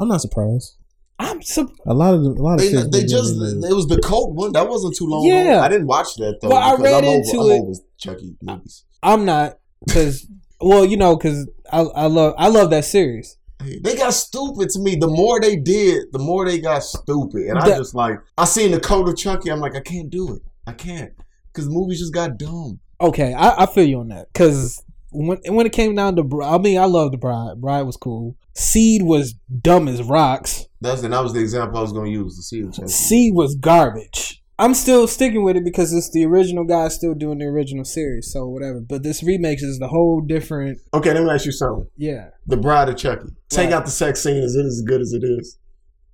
Speaker 3: I'm not surprised.
Speaker 1: I'm so
Speaker 3: A lot of the, a lot of
Speaker 2: They,
Speaker 3: shit.
Speaker 2: they just it was the cult one that wasn't too long.
Speaker 1: Yeah.
Speaker 2: ago. I didn't watch that though.
Speaker 1: Well, I
Speaker 2: because
Speaker 1: read
Speaker 2: I'm
Speaker 1: into
Speaker 2: over,
Speaker 1: it.
Speaker 2: I'm over E. Chucky movies.
Speaker 1: I'm not because well you know because I I love Uh, I love that series.
Speaker 2: They got stupid to me. The more they did, the more they got stupid. And
Speaker 1: That-
Speaker 2: I just like I seen the code of Chucky. I'm like, I can't do it. I can't because the movies just got dumb.
Speaker 1: Okay, I, I feel you on that because when when it came down to Bri- I mean I love the Bride. Bride was cool. Seed was dumb as rocks.
Speaker 2: That's and that was the example I was gonna use to see the Chucky.
Speaker 1: Seed was garbage. I'm still sticking with it because it's the original guy still doing the original series, so whatever. But this remake is the whole different.
Speaker 2: Okay, let me ask you something.
Speaker 1: Yeah,
Speaker 2: The Bride of Chucky. Take
Speaker 1: Right.
Speaker 2: out the sex scene. Is it as good as it is?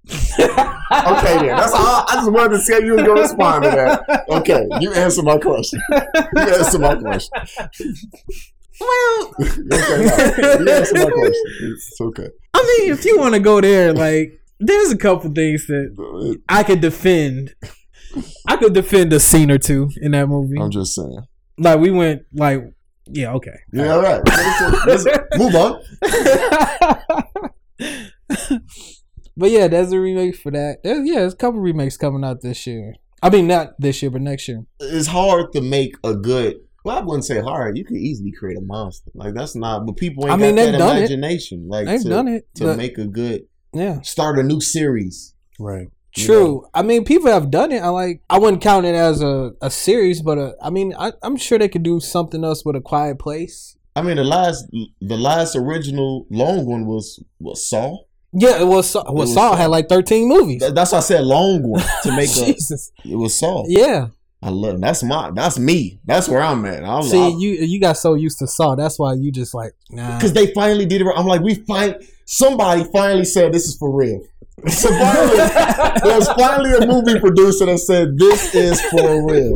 Speaker 2: okay, then. That's all. I just wanted to see how you were gonna respond to that. Okay, you answer my question. You answer my question.
Speaker 1: Well,
Speaker 2: Okay, no, you answer my question. It's okay.
Speaker 1: I mean, if you want to go there, like, there's a couple things that I could defend. I could defend a scene or two in that movie.
Speaker 2: I'm just saying.
Speaker 1: Like, we went, like, yeah, okay.
Speaker 2: Yeah, all right. Let's- let's move on.
Speaker 1: but yeah, there's a remake for that. There's, yeah, there's a couple remakes coming out this year. I mean, not this year, but next year.
Speaker 2: it's hard to make a good. Well, I wouldn't say hard. You could easily create a monster. Like that's not. But people ain't
Speaker 1: I mean,
Speaker 2: got
Speaker 1: they've
Speaker 2: that
Speaker 1: done it.
Speaker 2: imagination. Like
Speaker 1: They've
Speaker 2: to,
Speaker 1: done it.
Speaker 2: to
Speaker 1: but-
Speaker 2: make a good
Speaker 1: yeah,
Speaker 2: start a new series.
Speaker 3: right.
Speaker 2: you
Speaker 1: true. I mean, people have done it. I like. I wouldn't count it as a, a series, but uh, I mean, I, I'm sure they could do something else with a Quiet Place.
Speaker 2: I mean, the last the last original long one was was Saw.
Speaker 1: Yeah, well, Saw, well,
Speaker 2: was
Speaker 1: Saw
Speaker 2: Saw.
Speaker 1: had like 13 movies.
Speaker 2: That- that's why I said long one to make a.
Speaker 1: Jesus.
Speaker 2: It was Saw.
Speaker 1: Yeah.
Speaker 2: I love. That's my. That's me. That's where I'm at. I'm
Speaker 1: See, you you got so used to Saw, that's why you just like nah.
Speaker 2: because they finally did it. right. I'm like, we find somebody finally said this is for real. So finally, there was finally a movie producer that said this is for real.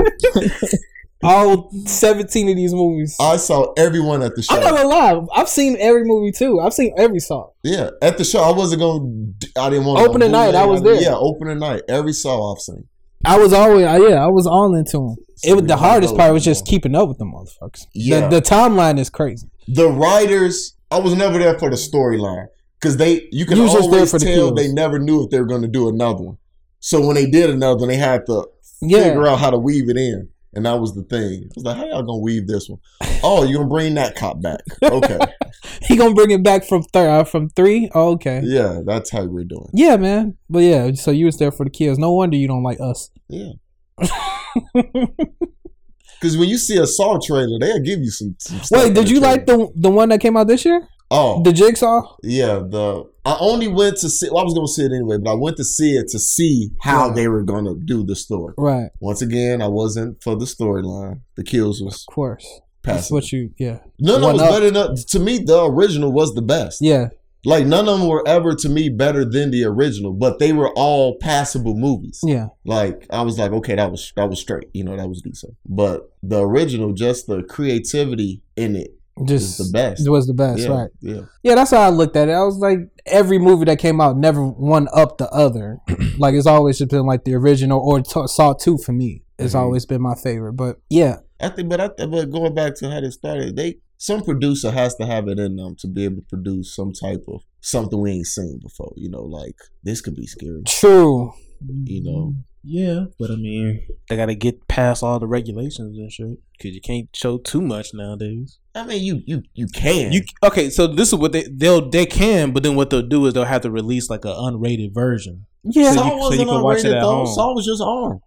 Speaker 1: All 17 of these movies.
Speaker 2: I saw everyone at the show.
Speaker 1: I'm not gonna lie, I've seen every movie too. I've seen every Saw.
Speaker 2: yeah, at the show, I wasn't going. to I didn't want
Speaker 1: Opening night, I was there.
Speaker 2: Yeah, opening night. Every saw I've seen.
Speaker 1: I was always I- yeah, I was all into them. It was the
Speaker 2: Yeah,
Speaker 1: hardest
Speaker 2: I
Speaker 1: part
Speaker 2: know.
Speaker 1: was just keeping up with them motherfuckers.
Speaker 2: Yeah.
Speaker 1: The, the timeline is crazy.
Speaker 2: The writers, I was never there for the storyline because they. You can
Speaker 1: You was just there
Speaker 2: always
Speaker 1: for the
Speaker 2: tell
Speaker 1: kills.
Speaker 2: they never knew if they were going to do another one. So when they did another one, they had to
Speaker 1: Yeah.
Speaker 2: figure out how to weave it in. And that was the thing. It was like, how y'all gonna weave this one? Oh, you're gonna bring that cop back. Okay.
Speaker 1: He gonna bring it back from third uh, from three? Oh, okay.
Speaker 2: yeah, that's how we're doing.
Speaker 1: Yeah, man. But yeah, so you was there for the kills. No wonder you don't like us.
Speaker 2: Yeah. Cause when you see a Saw trailer, they'll give you some, some stuff
Speaker 1: Wait,
Speaker 2: in
Speaker 1: did
Speaker 2: the
Speaker 1: you
Speaker 2: trailer.
Speaker 1: like the the one that came out this year?
Speaker 2: Oh,
Speaker 1: The Jigsaw.
Speaker 2: yeah. The I only went to see. Well, I was gonna see it anyway, but I went to see it to see how
Speaker 1: Yeah.
Speaker 2: they were gonna do the story.
Speaker 1: Right.
Speaker 2: Once again, I wasn't for the storyline. The kills was
Speaker 1: Of course. That's
Speaker 2: passing.
Speaker 1: what you. Yeah.
Speaker 2: None of them
Speaker 1: one
Speaker 2: was
Speaker 1: up.
Speaker 2: better than to me. The original was the best.
Speaker 1: Yeah.
Speaker 2: Like none of them were ever to me better than the original, but they were all passable movies.
Speaker 1: Yeah.
Speaker 2: Like I was like, okay, that was that was straight. You know, that was decent. But the original, just the creativity in it is
Speaker 1: Just
Speaker 2: the best.
Speaker 1: It was the best.
Speaker 2: yeah,
Speaker 1: Right.
Speaker 2: Yeah.
Speaker 1: Yeah. That's how I looked at it. I was like, every movie that came out never one up the other. like it's always just been like the original or t- Saw Two for me. It's
Speaker 2: Mhm.
Speaker 1: always been my favorite. But yeah,
Speaker 2: I think, but I but going back to how they started, they some producer has to have it in them to be able to produce some type of something we ain't seen before. You know, like this could be scary.
Speaker 1: true.
Speaker 2: You know,
Speaker 3: Yeah, but I mean, they gotta get past all the regulations and shit because you can't show too much nowadays.
Speaker 2: I mean, you you you can.
Speaker 3: You okay? So this is what they they'll they can, but then what they'll do is they'll have to release like an unrated version.
Speaker 1: Yeah.
Speaker 3: So
Speaker 2: Saw
Speaker 3: you-
Speaker 2: wasn't
Speaker 3: you can watch
Speaker 2: unrated,
Speaker 3: it at
Speaker 2: though.
Speaker 3: home.
Speaker 2: Saw was just arm.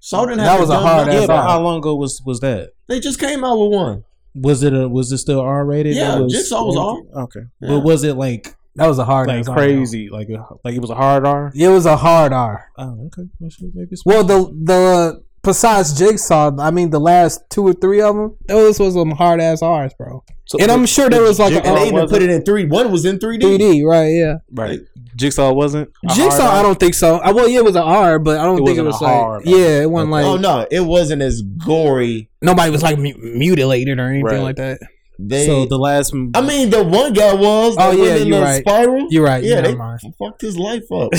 Speaker 2: Saw didn't
Speaker 1: That
Speaker 2: have
Speaker 1: was a
Speaker 2: done
Speaker 1: hard
Speaker 2: nothing.
Speaker 1: ass
Speaker 3: yeah, but
Speaker 1: all.
Speaker 3: how long ago was was that?
Speaker 2: They just came out with one.
Speaker 3: Was it a was it still R rated?
Speaker 2: Yeah, Jigsaw was R.
Speaker 3: Okay,
Speaker 2: Yeah.
Speaker 3: but was it like
Speaker 1: That was a hard.
Speaker 3: like
Speaker 1: ass R.
Speaker 3: crazy like a, like it was a hard R?
Speaker 1: It was a hard R.
Speaker 3: Oh, okay. Well, shit, maybe it's-
Speaker 1: Well, the the besides Jigsaw, I mean the last two or three of them, those was some hard ass R's, bro.
Speaker 3: So-
Speaker 1: and I'm sure there was like
Speaker 3: Jig-
Speaker 1: a
Speaker 2: And they
Speaker 3: Oh,
Speaker 1: uh,
Speaker 2: even
Speaker 3: was
Speaker 2: put
Speaker 3: it?
Speaker 2: it in three. One was in three D.
Speaker 1: 3D, right? Yeah,
Speaker 3: right. Jigsaw wasn't a
Speaker 1: Jigsaw.
Speaker 3: hard
Speaker 1: I
Speaker 3: R?
Speaker 1: don't think so. I, well, yeah, it was an R, but I don't
Speaker 3: It
Speaker 1: think it
Speaker 3: wasn't a
Speaker 1: was like
Speaker 3: hard R.
Speaker 1: yeah, it wasn't like
Speaker 2: Oh no, it wasn't as gory.
Speaker 1: nobody was like mu- mutilated or anything
Speaker 3: Right.
Speaker 1: like that.
Speaker 2: They.
Speaker 3: so the last m-
Speaker 2: I mean, the one guy was.
Speaker 1: Oh,
Speaker 2: that went
Speaker 1: yeah,
Speaker 2: in
Speaker 1: you're
Speaker 2: the
Speaker 1: right.
Speaker 2: Spiral.
Speaker 1: You're right.
Speaker 2: Yeah,
Speaker 1: Yeah,
Speaker 2: they
Speaker 1: never mind.
Speaker 2: fucked his life up.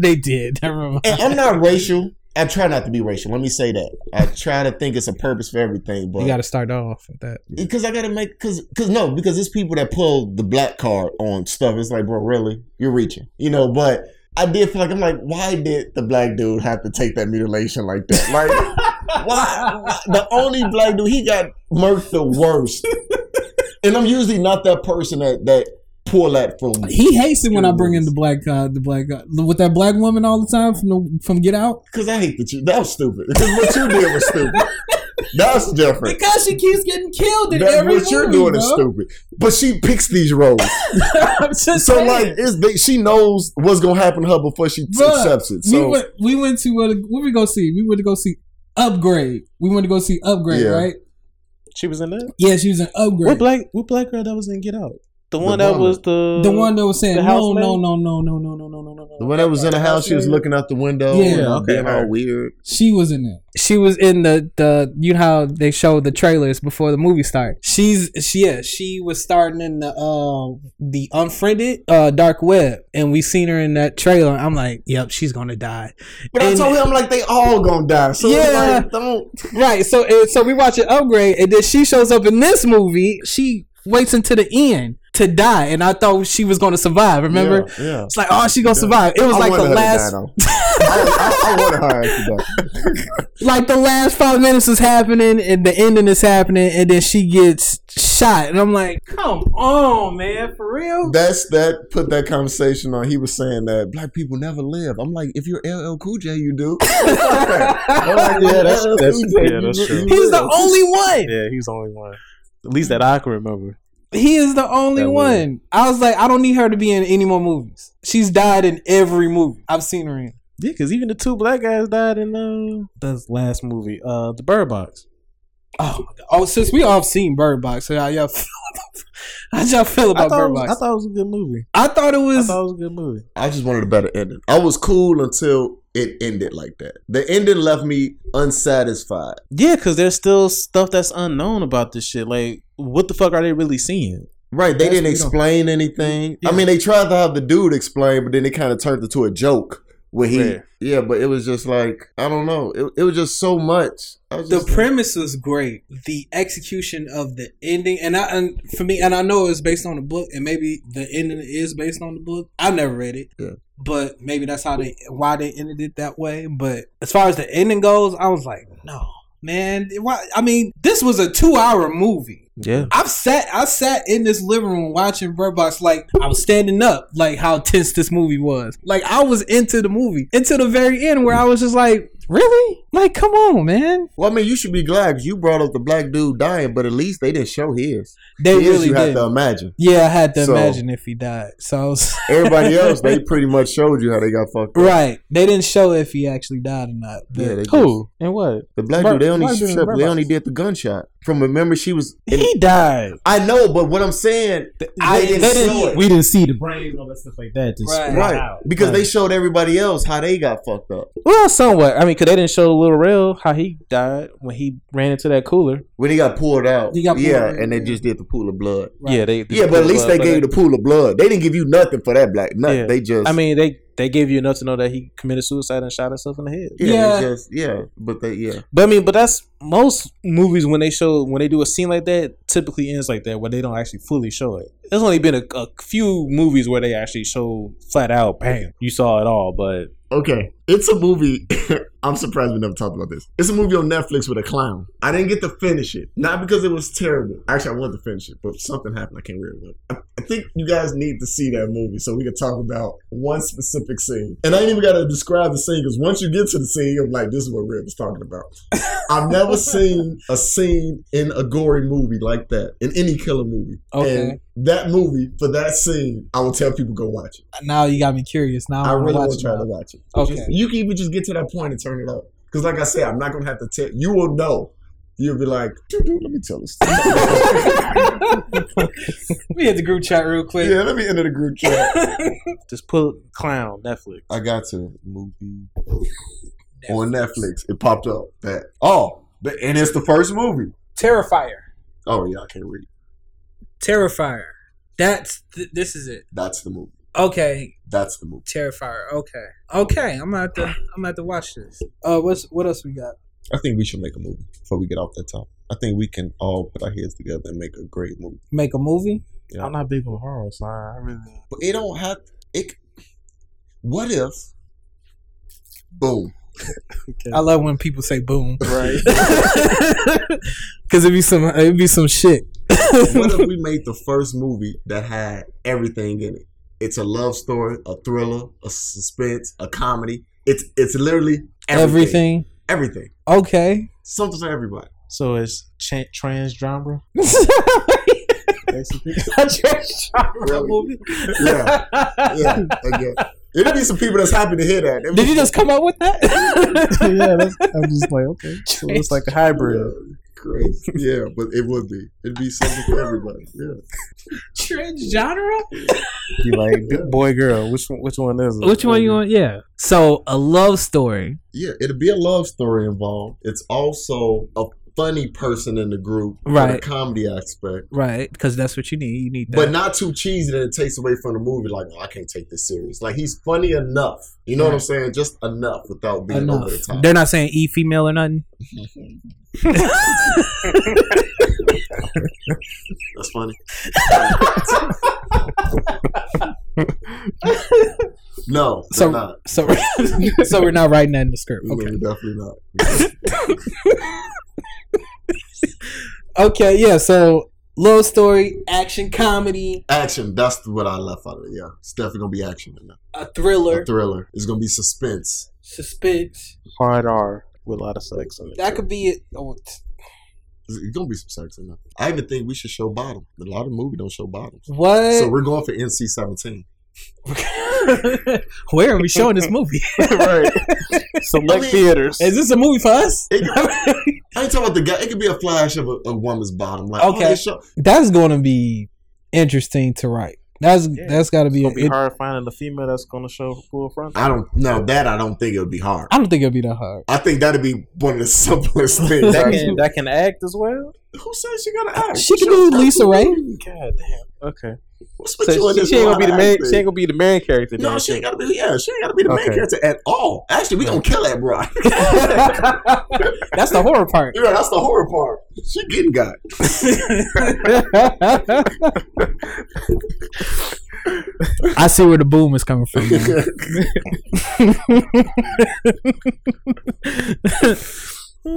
Speaker 1: they did. Never mind.
Speaker 2: and I'm not racial. I try not to be racial. Let me say that. I try to think it's a purpose for everything,
Speaker 1: You got
Speaker 2: but
Speaker 1: to start off with that.
Speaker 2: because I gotta make because because no because it's people that pull the black card on stuff. It's like, bro, really, you're reaching, you know. But I did feel like I'm like, why did the black dude have to take that mutilation like that? Like, why, why- the only black dude he got murked the worst, and I'm usually not that person that that pull that from.
Speaker 1: He hates it when I bring in the black uh, the black uh, with that black woman all the time from the, from Get Out
Speaker 2: Because I hate that you. That was stupid. Because what you did was stupid. That's different.
Speaker 1: because she keeps getting killed in
Speaker 2: That,
Speaker 1: every
Speaker 2: what you're
Speaker 1: movie,
Speaker 2: doing
Speaker 1: bro.
Speaker 2: is stupid. But she picks these roles.
Speaker 1: I'm just
Speaker 2: so,
Speaker 1: saying.
Speaker 2: like, it's, they, she knows what's going to happen to her before she
Speaker 1: Bruh,
Speaker 2: accepts it.
Speaker 1: we
Speaker 2: So,
Speaker 1: went we went to what what we go see? We went to go see Upgrade. We went to go see Upgrade,
Speaker 2: Yeah.
Speaker 1: right?
Speaker 3: she was in that.
Speaker 1: Yeah, she was an
Speaker 3: What
Speaker 1: Upgrade.
Speaker 3: black what black girl that was in Get Out? The one that
Speaker 2: one.
Speaker 3: was the
Speaker 1: the one that was saying
Speaker 3: the
Speaker 1: no,
Speaker 3: housemaid?
Speaker 1: no, no, no, no, no, no, no, no, no,
Speaker 2: the
Speaker 1: no.
Speaker 2: one that was in the house, she was looking out the window
Speaker 1: Yeah,
Speaker 2: and
Speaker 3: okay,
Speaker 2: being all
Speaker 3: alright.
Speaker 2: weird.
Speaker 1: She was in there. She was in the the you know how they showed the trailers before the movie started. She's she yeah she was starting in the um the Unfriended uh Dark Web, and we seen her in that trailer. I'm like, yep, she's gonna die.
Speaker 2: But
Speaker 1: And-
Speaker 2: I told him, like, they all going to die. So, it's
Speaker 1: Yeah.
Speaker 2: like, don't.
Speaker 1: Right. So and so we watch an upgrade, and then she shows up in this movie. She waits until the end to die, and I thought she was going to survive. Remember?
Speaker 2: Yeah. yeah.
Speaker 1: It's like, oh, she gonna survive. It was
Speaker 2: I
Speaker 1: like
Speaker 2: wanted
Speaker 1: the
Speaker 2: her to die,
Speaker 1: last,
Speaker 2: though. I, I, I wanted her to die.
Speaker 1: like the last five minutes is happening, and the ending is happening, and then she gets shot, and I'm like, come on, man, for real?
Speaker 2: that's that put that conversation on. He was saying that black people never live. I'm like, if you're LL Cool J, you do. I'm like, yeah, that's, that's,
Speaker 3: yeah, that's true.
Speaker 1: He's the only one.
Speaker 3: Yeah, he's the only one. At least that I can remember.
Speaker 1: He is the only
Speaker 3: That
Speaker 1: one.
Speaker 3: movie.
Speaker 1: I was like, I don't need her to be in any more movies. She's died in every movie I've seen her in.
Speaker 3: Yeah, because even the two black guys died in uh, the last movie, uh, the Bird Box.
Speaker 1: Oh, my God. oh! Since we all seen Bird Box, so how y'all feel? How y'all feel
Speaker 3: I
Speaker 1: about
Speaker 3: thought, it
Speaker 1: Bird
Speaker 3: was,
Speaker 1: Box?
Speaker 3: I thought it was a good movie.
Speaker 1: it
Speaker 3: I
Speaker 1: was
Speaker 3: thought it was a good movie.
Speaker 2: I just wanted a better ending. I was cool until it ended like that. The ending left me unsatisfied.
Speaker 3: Yeah, because there's still stuff that's unknown about this shit. Like, what the fuck are they really seeing?
Speaker 2: Right, they
Speaker 1: That's what
Speaker 2: didn't
Speaker 1: we don't-
Speaker 2: explain anything. I
Speaker 3: Yeah.
Speaker 2: mean, they tried to have the dude explain, but then it kind of turned into a joke where he,
Speaker 3: Right.
Speaker 2: yeah. But it was just like I don't know. It, it was just so much. I was
Speaker 1: the
Speaker 2: just like-
Speaker 1: premise was great. The execution of the ending, and I and for me, and I know it's based on the book, and maybe the ending is based on the book. I never read it,
Speaker 2: Yeah.
Speaker 1: but maybe that's how they why they ended it that way. But as far as the ending goes, I was like, no, man. Why? I mean, this was a two-hour movie.
Speaker 3: Yeah.
Speaker 1: I've sat I sat in this living room watching Bird Box like I was standing up like how tense this movie was. Like I was into the movie until the very end where I was just like,
Speaker 6: Really? Like, come on, man.
Speaker 7: Well, I mean, you should be glad 'cause you brought up the black dude dying, but at least they didn't show his.
Speaker 6: They
Speaker 7: his
Speaker 6: really
Speaker 7: you have
Speaker 6: did.
Speaker 7: to imagine.
Speaker 6: Yeah, I had to
Speaker 7: So-
Speaker 6: imagine if he died. So I was
Speaker 7: Everybody else, they pretty much showed you how they got fucked. Up.
Speaker 6: right. They didn't show if he actually died or not. But
Speaker 7: Yeah, they just-
Speaker 3: Who and what?
Speaker 7: the black
Speaker 3: Bur-
Speaker 7: dude. They only
Speaker 3: Black dude in
Speaker 7: showed-
Speaker 3: Bird
Speaker 7: they
Speaker 3: Box.
Speaker 7: only did the gunshot. From remember, she was. in-
Speaker 6: he died.
Speaker 7: I know, but what I'm saying,
Speaker 6: I-
Speaker 7: they didn't
Speaker 6: they didn't-
Speaker 7: show it.
Speaker 3: We didn't see the brains, all that stuff like that. Just
Speaker 6: Right.
Speaker 3: spread
Speaker 7: Right,
Speaker 3: out.
Speaker 7: because
Speaker 3: Like,
Speaker 7: they showed everybody else how they got fucked up.
Speaker 3: well, somewhat. I mean, because they didn't show Little Rail how he died when he ran into that cooler.
Speaker 7: When he got pulled out,
Speaker 1: He got pulled
Speaker 7: yeah,
Speaker 1: out.
Speaker 7: and they just did the pool of blood.
Speaker 3: Yeah, they.
Speaker 7: Yeah, but at least they
Speaker 3: but
Speaker 7: gave you the pool of blood. They didn't give you nothing for that black. Nothing.
Speaker 3: Yeah.
Speaker 7: They just.
Speaker 3: I mean, they they gave you enough to know that he committed suicide and shot himself in the head.
Speaker 7: yeah,
Speaker 1: Yeah.
Speaker 7: They just, yeah. But they, yeah,
Speaker 3: But I mean, but that's most movies when they show when they do a scene like that typically ends like that where they don't actually fully show it. There's only been a, a few movies where they actually show flat out, bam, you saw it all. But
Speaker 2: Okay, it's a movie. I'm surprised we never talked about this. It's a movie on Netflix with a clown. I didn't get to finish it, not because it was terrible. Actually, I wanted to finish it, but something happened. I can't remember. I, I think you guys need to see that movie so we can talk about one specific scene. And I ain't even got to describe the scene because once you get to the scene, I'm like, this is what Red was talking about. I've never seen a scene in a gory movie like that in any killer movie.
Speaker 1: Okay.
Speaker 2: And that movie for that scene, I will tell people go watch it.
Speaker 1: Now you got me curious. Now I,
Speaker 2: I
Speaker 1: want
Speaker 2: really want
Speaker 1: to
Speaker 2: to try to
Speaker 1: watch it.
Speaker 2: watch it.
Speaker 1: Okay.
Speaker 2: Just- you can even just get to that point and turn it up. Because, like I said, I'm not going to have to tell. You will know. You'll be like, dude, dude, let me tell this. story."
Speaker 1: We hit the group chat real quick.
Speaker 2: yeah, let me enter the group chat.
Speaker 3: just pull clown Netflix.
Speaker 7: I got to movie.
Speaker 2: On Netflix, it popped up that, oh, but, and it's the first movie.
Speaker 1: Terrifier.
Speaker 2: Oh, yeah, I can't read.
Speaker 1: Terrifier. That's th- this is it.
Speaker 2: That's the movie.
Speaker 1: Okay,
Speaker 2: That's the movie.
Speaker 1: Terrifier. Okay, okay. I'm gonna have to. I'm gonna have to watch this. Uh, what's what else we got?
Speaker 7: I think we should make a movie before we get off that top. I think we can all put our heads together and make a great movie.
Speaker 1: Make a movie.
Speaker 3: I'm not big on horror, so I really.
Speaker 7: But it don't have it.
Speaker 2: What if, boom,
Speaker 1: I love when people say boom.
Speaker 3: Right.
Speaker 1: Cause it'd be some it'd be some shit.
Speaker 2: what if we made the first movie that had everything in it? It's a love story, a thriller, a suspense, a comedy. It's it's literally everything.
Speaker 1: Everything.
Speaker 2: Everything.
Speaker 1: Okay.
Speaker 2: Something for everybody.
Speaker 3: so it's ch- trans drama. Basically.
Speaker 2: Really? yeah, yeah, again. It'd be some people that's happy to hear that. It'd
Speaker 1: Did
Speaker 2: be-
Speaker 1: you just come up with that?
Speaker 3: yeah, that's, I'm just like okay, so it's like a hybrid.
Speaker 2: Yeah, crazy. Yeah, but it would be. It'd be something for everybody. Yeah.
Speaker 1: Trans genre.
Speaker 3: You like boy, girl, which one, which one is it?
Speaker 6: Which one you want? Yeah. So a love story.
Speaker 2: Yeah, it'd be a love story involved. It's also a funny person in the group. with
Speaker 6: Right.
Speaker 2: A comedy aspect.
Speaker 6: Right, because that's what you need. You need that.
Speaker 2: But not too cheesy that it takes away from the movie. Like, oh, I can't take this serious. Like, he's funny enough. You know what I'm saying? Just enough without being
Speaker 6: Enough.
Speaker 2: over the top.
Speaker 6: They're not saying e female or nothing.
Speaker 2: That's funny. no, they're
Speaker 6: So-
Speaker 2: not.
Speaker 6: So, so we're not writing that in the script.
Speaker 2: No,
Speaker 6: Okay.
Speaker 2: definitely not.
Speaker 6: Okay. Yeah. So
Speaker 1: Love story, action comedy,
Speaker 2: Action. That's what I left out of it. Yeah, it's definitely gonna be action in there.
Speaker 1: a thriller,
Speaker 2: A thriller. It's gonna be suspense.
Speaker 1: suspense.
Speaker 3: Hard R with a lot of sex in it.
Speaker 1: That could be it. Oh, t-
Speaker 2: It's it's gonna be some sex in there. I even think we should show bottom. A lot of movies don't show bottoms.
Speaker 1: what?
Speaker 2: So we're going for NC seventeen.
Speaker 6: where are we showing this movie?
Speaker 2: right.
Speaker 3: Select
Speaker 2: I mean-
Speaker 3: theaters.
Speaker 1: is this a movie for us?
Speaker 2: It could- I ain't talking about the guy. It could be a flash of a, a woman's bottom. Like oh, okay.
Speaker 1: Okay. That's going to be interesting to write. That's
Speaker 3: Yeah.
Speaker 1: that's got to be.
Speaker 3: It's gonna be
Speaker 1: it-
Speaker 3: hard finding the female that's gonna show full frontal.
Speaker 2: I don't know that. I don't think it would be hard.
Speaker 1: I don't think it'll be that hard.
Speaker 2: I think that'd be one of the simplest things.
Speaker 3: That can, that can act as well.
Speaker 2: Who says she gotta act?
Speaker 1: She could be Lisa Ray.
Speaker 3: God damn. Okay.
Speaker 2: What's with
Speaker 3: So
Speaker 2: you and
Speaker 3: she,
Speaker 2: this
Speaker 3: she ain't gonna
Speaker 2: wild
Speaker 3: be the
Speaker 2: ass
Speaker 3: main.
Speaker 2: thing?
Speaker 3: She ain't gonna be the main character.
Speaker 2: No,
Speaker 3: then.
Speaker 2: she ain't gotta be. Yeah, she ain't gotta be the main
Speaker 3: Okay.
Speaker 2: character at all. Actually, we gonna kill that bro.
Speaker 1: That's the horror part.
Speaker 2: you know, that's the horror part. She getting got.
Speaker 6: I see where the boom is coming from. man.
Speaker 3: Mm-hmm.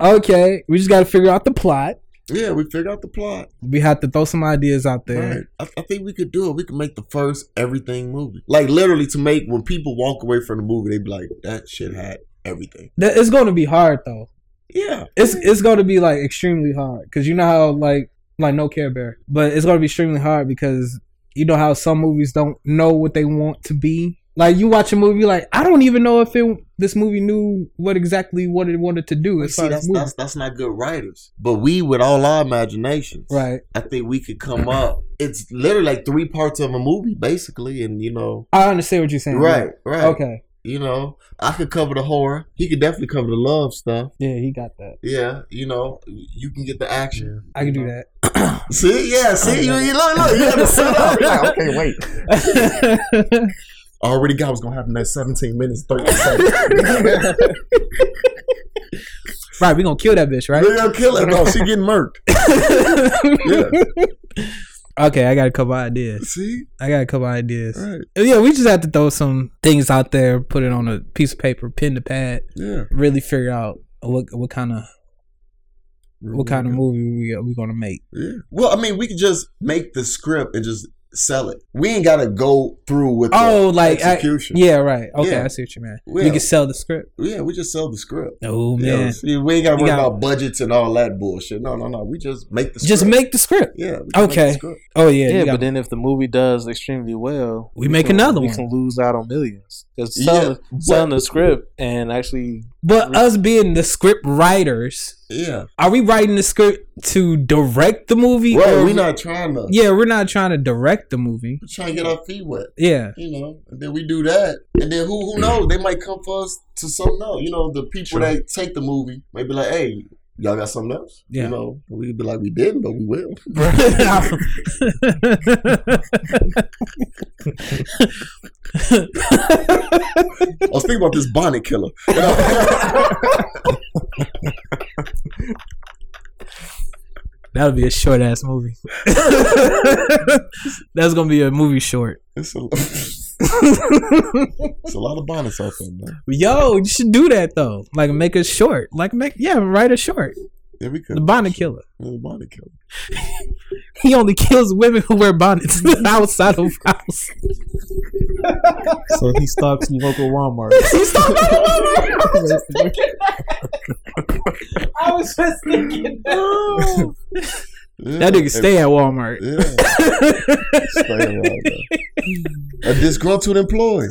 Speaker 1: Okay, we just got to figure out the plot.
Speaker 2: yeah, we figured out the plot.
Speaker 1: We have to throw some ideas out there.
Speaker 2: Right. I, I think we could do it. We could make the first everything movie. Like literally to make when people walk away from the movie, they be like, "That shit had
Speaker 8: everything.
Speaker 9: That, it's going to be hard though.
Speaker 8: Yeah,
Speaker 9: It's it's going to be like extremely hard because you know how like like no Care Bear, but it's going to be extremely hard because you know how some movies don't know what they want to be. Like you watch a movie, like I don't even know if it this movie knew what exactly what it wanted to do. As
Speaker 2: See,
Speaker 9: far
Speaker 2: that's,
Speaker 9: as movie.
Speaker 2: that's that's not good writers. But we, with all our imaginations,
Speaker 9: right.
Speaker 2: I think we could come up. It's literally like three parts of a movie, basically, and you know,
Speaker 9: I understand what you're saying.
Speaker 2: right, right.
Speaker 9: Okay.
Speaker 2: You know, I could cover the horror. He could definitely cover the love stuff.
Speaker 9: Yeah, he got that.
Speaker 2: Yeah, you know, you can get the action.
Speaker 9: I can do that.
Speaker 2: See, yeah, see, you, you look, look, you got to sit up. You're like, okay, wait.
Speaker 8: I already got what's gonna happen in that 17 minutes, 30 seconds.
Speaker 9: Right, we gonna kill that bitch, right?
Speaker 8: They're gonna kill her. No, she getting murked. Yeah.
Speaker 1: Okay, I got a couple ideas.
Speaker 8: See,
Speaker 1: I got a couple ideas.
Speaker 8: right?
Speaker 1: Yeah, we just have to throw some things out there, put it on a piece of paper, pen to pad,
Speaker 8: Yeah.
Speaker 1: really figure out what what kind of what kind of movie we we gonna make.
Speaker 8: Yeah.
Speaker 2: Well, I mean, we could just make the script and just sell it. We ain't got to go through with the
Speaker 1: Oh, like I,
Speaker 2: execution.
Speaker 1: yeah, right. Okay,
Speaker 2: Yeah.
Speaker 1: I see what you mean.
Speaker 2: Yeah.
Speaker 1: We can sell the script.
Speaker 2: yeah. we just sell the script.
Speaker 1: Oh
Speaker 2: Yeah,
Speaker 1: man,
Speaker 2: see, we ain't got to worry
Speaker 1: You got-
Speaker 2: about budgets and all that bullshit. No, no, no. We just make the script.
Speaker 1: just make the script.
Speaker 2: Yeah. we can make the
Speaker 1: Okay.
Speaker 2: script.
Speaker 1: Oh yeah,
Speaker 10: yeah,
Speaker 1: you got-
Speaker 10: but then if the movie does extremely well,
Speaker 1: We make another
Speaker 10: we
Speaker 1: one.
Speaker 10: can lose out on millions because
Speaker 2: Yeah,
Speaker 10: selling, selling the script and actually
Speaker 1: but us being the script writers,
Speaker 2: Yeah.
Speaker 1: are we writing the script to direct the movie?
Speaker 2: Well,
Speaker 1: or-
Speaker 2: we not trying to
Speaker 1: Yeah, we're not trying to direct the movie.
Speaker 2: we trying to get our feet wet.
Speaker 1: Yeah,
Speaker 2: You know, and then we do that, and then who who knows? They might come for us to something else. You know, the people that take the movie might be like, "Hey, y'all got something else?"
Speaker 1: Yeah.
Speaker 2: You know, we could be like, "We didn't, but we will."
Speaker 8: I was thinking about this bonnet killer.
Speaker 1: that would be a short ass movie. That's gonna be a movie short.
Speaker 8: It's a, it's a lot of bonnets out there, man.
Speaker 1: Yo, you should do that though. Like make a short. Like make yeah, write a short.
Speaker 8: Yeah, we could.
Speaker 1: The bonnet killer.
Speaker 8: We're a bonnet killer.
Speaker 1: He only kills women who wear bonnets outside of house.
Speaker 3: So he stalks local Walmart.
Speaker 1: He's talking
Speaker 9: I was just thinking that.
Speaker 8: Yeah,
Speaker 1: That nigga stay at Walmart.
Speaker 8: Yeah. Stay around there. A disgruntled employee.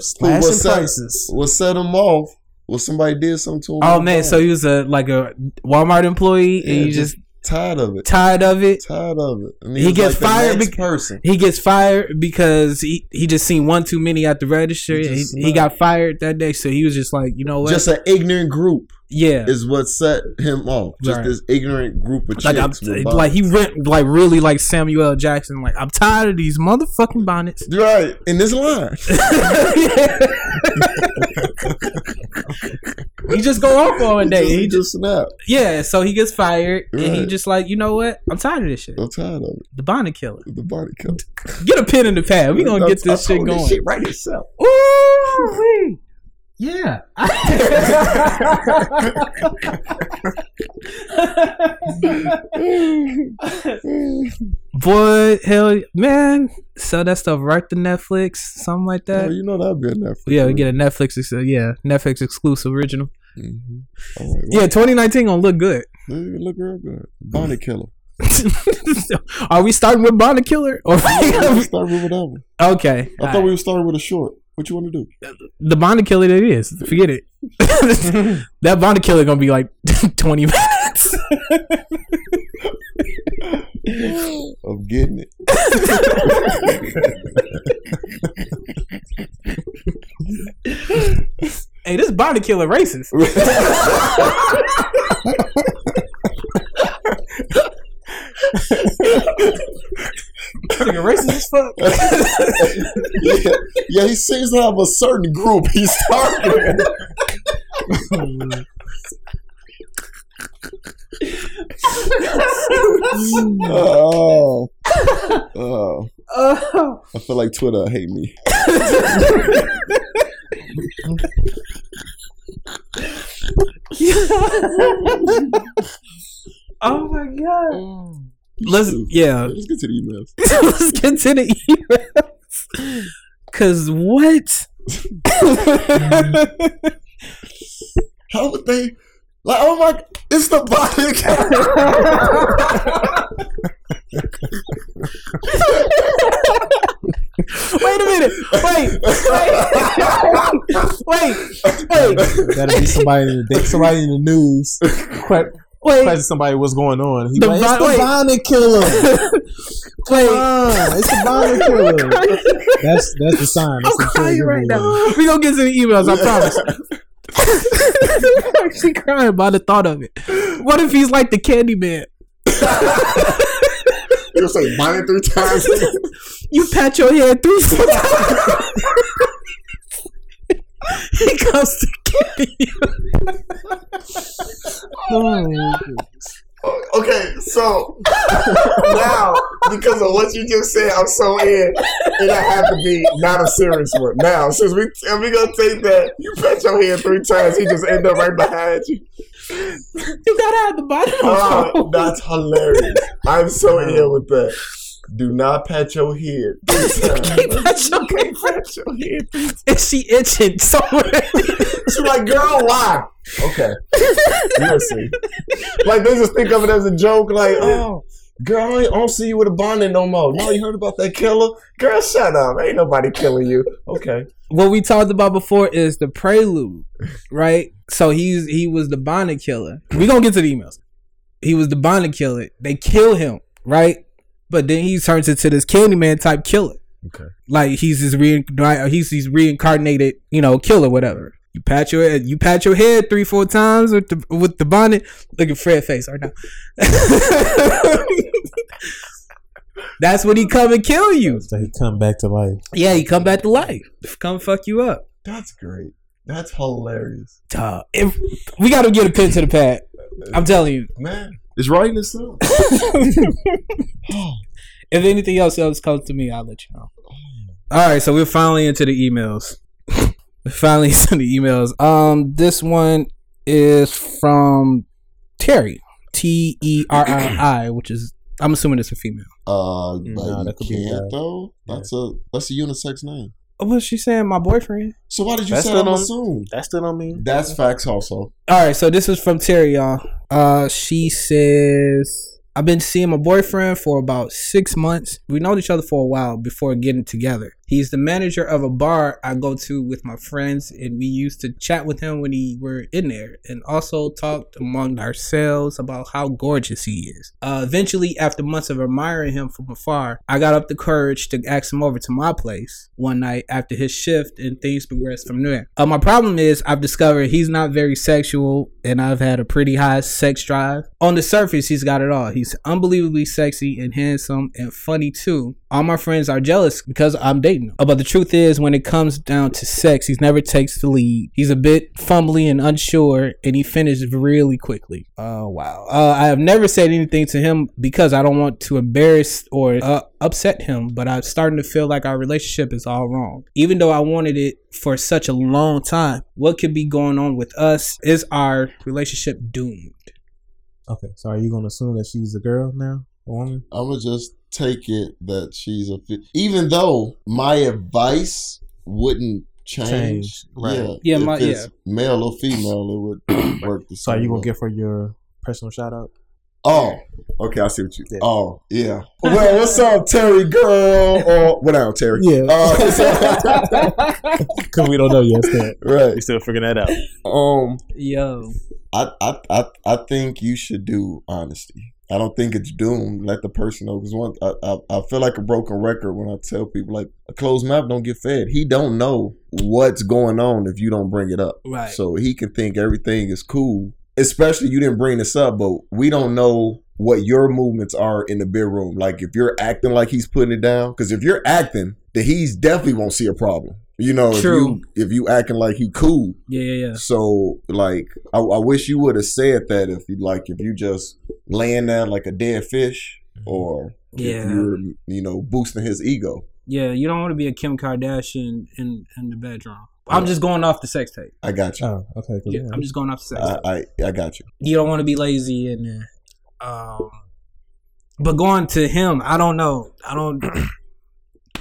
Speaker 3: Slashing
Speaker 8: What's that?
Speaker 3: prices.
Speaker 8: What set him off was somebody did something to him.
Speaker 1: Oh man, so he was a like a Walmart employee
Speaker 8: Yeah,
Speaker 1: and you just
Speaker 8: tired of it.
Speaker 1: tired of it.
Speaker 8: Tired of it. And
Speaker 1: He
Speaker 8: was
Speaker 1: gets
Speaker 8: the
Speaker 1: fired
Speaker 8: next
Speaker 1: bec-
Speaker 8: person.
Speaker 1: He gets fired because he, he just seen one too many at the register.
Speaker 8: He
Speaker 1: He,
Speaker 8: just
Speaker 1: he got fired that day, so he was just like, you know what?
Speaker 8: Just an ignorant group
Speaker 1: yeah,
Speaker 8: is what set him off. Just
Speaker 1: Right.
Speaker 8: this ignorant group of
Speaker 1: like I'm,
Speaker 8: chicks. with
Speaker 1: like he rent like really like Samuel L. Jackson. Like I'm tired of these motherfucking bonnets.
Speaker 8: bonnets. right in this line.
Speaker 1: he just go off all day.
Speaker 8: he
Speaker 1: He just,
Speaker 8: just snapped.
Speaker 1: yeah, so he gets fired and he
Speaker 8: Right. Mm.
Speaker 1: just like, you know what? I'm tired of this shit.
Speaker 8: I'm tired of
Speaker 1: The bonnet killer.
Speaker 8: it. The body killer.
Speaker 1: Get a pin in the pad. We gonna get this
Speaker 8: I
Speaker 1: shit
Speaker 8: told
Speaker 1: going.
Speaker 8: This shit right itself.
Speaker 1: Ooh, yeah.
Speaker 8: Mm,
Speaker 1: Boy, hell, man, sell that stuff right to Netflix, something like
Speaker 8: Oh,
Speaker 1: that.
Speaker 8: you know that'd be enough.
Speaker 1: Yeah, we get a Netflix, ex- uh, yeah, Netflix exclusive original.
Speaker 8: Mm-hmm. All right,
Speaker 1: Yeah, 2019 gonna look good.
Speaker 8: well, you look real good. Bonnie Killer.
Speaker 1: Are we starting with Bonnie Killer? Or
Speaker 8: Let's start with whatever.
Speaker 1: okay,
Speaker 8: I thought we were starting with a short. What you want to do?
Speaker 1: the Bonnie Killer that it is. Forget it. that Bonnie Killer gonna be like 20 minutes.
Speaker 8: I'm getting it.
Speaker 1: hey, this Bonnie Killer racist. Nigga racist as fuck.
Speaker 8: yeah. yeah, he seems to have a certain group he's targeting. oh. oh, I feel like Twitter hate me.
Speaker 1: Oh my god. Let's yeah.
Speaker 8: Let's get to the emails.
Speaker 1: Let's get to the emails. Cause what?
Speaker 8: How would they? Like, oh my, it's the body count.
Speaker 1: Wait a minute. Wait. Wait. Wait.
Speaker 3: That'll be somebody in the somebody in the news que-
Speaker 1: Wait.
Speaker 3: question somebody what's going on. He
Speaker 1: The
Speaker 3: like,
Speaker 1: vi-
Speaker 3: it's
Speaker 1: wait.
Speaker 3: the Bonnet Killer.
Speaker 1: Wait.
Speaker 3: Ah, it's the Bonnet Killer. That's that's the sign. That's
Speaker 1: I'm
Speaker 3: the
Speaker 1: crying
Speaker 3: sign.
Speaker 1: right now. We gonna get to the emails, I promise. I'm actually crying by the thought of it. What if he's like the candy man?
Speaker 8: You'll say body three times.
Speaker 1: You pat your head three four times. he comes to get you.
Speaker 8: okay, so now because of what you just said, I'm so in. It had to be not a serious one. Now, since we and we gonna take that, you pat your head three times, he just end up right behind you.
Speaker 1: You gotta have the bottom.
Speaker 8: Oh, that's hilarious. I'm so in with that. Do not pat your head.
Speaker 1: Can't pat your head.
Speaker 8: pat your head.
Speaker 1: Is she itching somewhere?
Speaker 8: She's like, girl, why? Okay. You'll see. Like, they just think of it as a joke. Like, oh, girl, I ain't- I don't see you with a bonnet no more. No, you heard about that killer? Girl, shut up. Ain't nobody killing you. Okay.
Speaker 1: what we talked about before is the prelude, right? So he's he was the bonnet killer. We gonna get to the emails. He was the bonnet killer. They kill him, right? But then he turns into this Candyman type killer.
Speaker 8: Okay.
Speaker 1: Like he's this reincarn- he's he's reincarnated, you know, killer, whatever. You pat your head, you pat your head three, four times with the with the bonnet. Look at Fred face right now. That's when he come and kill you.
Speaker 3: So he come back to life.
Speaker 1: Yeah, he come back to life. Come fuck you up.
Speaker 8: That's great. That's hilarious.
Speaker 1: Duh. If we got to get a pin to the pad, I'm telling you.
Speaker 8: Man. It's writing itself.
Speaker 1: If anything else else comes to me, I'll let you know. All right, so we're finally into the emails. We're finally into the emails. Um, this one is from Terry T E R I I, which is I'm assuming it's a female.
Speaker 2: Uh,
Speaker 3: Mm, Nah, that
Speaker 2: but
Speaker 3: could
Speaker 2: you
Speaker 3: be
Speaker 2: can't
Speaker 3: bad.
Speaker 2: though. That's a that's a unisex name.
Speaker 1: What's she saying? My boyfriend.
Speaker 2: So why did you
Speaker 10: That's
Speaker 2: say
Speaker 10: not
Speaker 2: I'm
Speaker 10: on-
Speaker 2: assumed?
Speaker 10: That still don't mean.
Speaker 2: That's facts also.
Speaker 1: All right, so this is from Terry, y'all. Uh, she says, I've been seeing my boyfriend for about six months. We known each other for a while before getting together. He's the manager of a bar I go to with my friends, and we used to chat with him when he were in there, and also talked among ourselves about how gorgeous he is. Uh, eventually, after months of admiring him from afar, I got up the courage to ask him over to my place one night after his shift, and things progressed from there. Uh, my problem is I've discovered he's not very sexual, and I've had a pretty high sex drive. On the surface, he's got it all. He's unbelievably sexy and handsome and funny too. All my friends are jealous because I'm dating him. Uh, But the truth is, when it comes down to sex, he never takes the lead. He's a bit fumbly and unsure, and he finishes really quickly. Oh wow! Uh, I have never said anything to him because I don't want to embarrass or uh, upset him. But I'm starting to feel like our relationship is all wrong, even though I wanted it for such a long time. What could be going on with us? Is our relationship doomed?
Speaker 3: Okay, so are you gonna assume that she's a girl now, a woman?
Speaker 2: I would just take it that she's a fi- even though my advice wouldn't change.
Speaker 3: Change, right.
Speaker 1: Yeah,
Speaker 2: if
Speaker 1: my-
Speaker 2: it's
Speaker 1: yeah.
Speaker 2: male or female, it would work the
Speaker 3: So
Speaker 2: same.
Speaker 3: are you gonna
Speaker 2: way.
Speaker 3: give her your personal shout out?
Speaker 2: Oh, okay, I see what you.
Speaker 3: Yeah.
Speaker 2: Oh, yeah. Well, what's up, Terry girl? Or what out, Terry?
Speaker 3: Yeah,
Speaker 2: Uh,
Speaker 3: because we don't know yet. so-
Speaker 2: right.
Speaker 10: We still figuring that out.
Speaker 2: Um,
Speaker 1: Yo,
Speaker 2: I, I, I, I think you should do honesty. I don't think it's doomed. Let the person know because one, I, I, I feel like a broken record when I tell people like a closed mouth don't get fed. He don't know what's going on if you don't bring it up.
Speaker 1: right?
Speaker 2: So he can think everything is cool. Especially you didn't bring this up, but we don't know what your movements are in the beer room. Like if you're acting like he's putting it down, because if you're acting, then he's definitely won't see a problem. You know, if
Speaker 1: True.
Speaker 2: you if you acting like he cool.
Speaker 1: yeah, yeah, yeah.
Speaker 2: So like I, I wish you would have said that if you like if you just laying down like a dead fish or
Speaker 1: Mm-hmm.
Speaker 2: if
Speaker 1: Yeah.
Speaker 2: you're you know, boosting his ego.
Speaker 1: Yeah, you don't want to be a Kim Kardashian in in the bedroom. I'm just going off the sex tape.
Speaker 2: I got you.
Speaker 3: Oh, okay. 'cause,
Speaker 1: Yeah,
Speaker 3: yeah.
Speaker 1: I'm just going off the sex tape.
Speaker 2: I, I I got you.
Speaker 1: You don't want to be lazy in there. Um, but going to him, I don't know. I don't.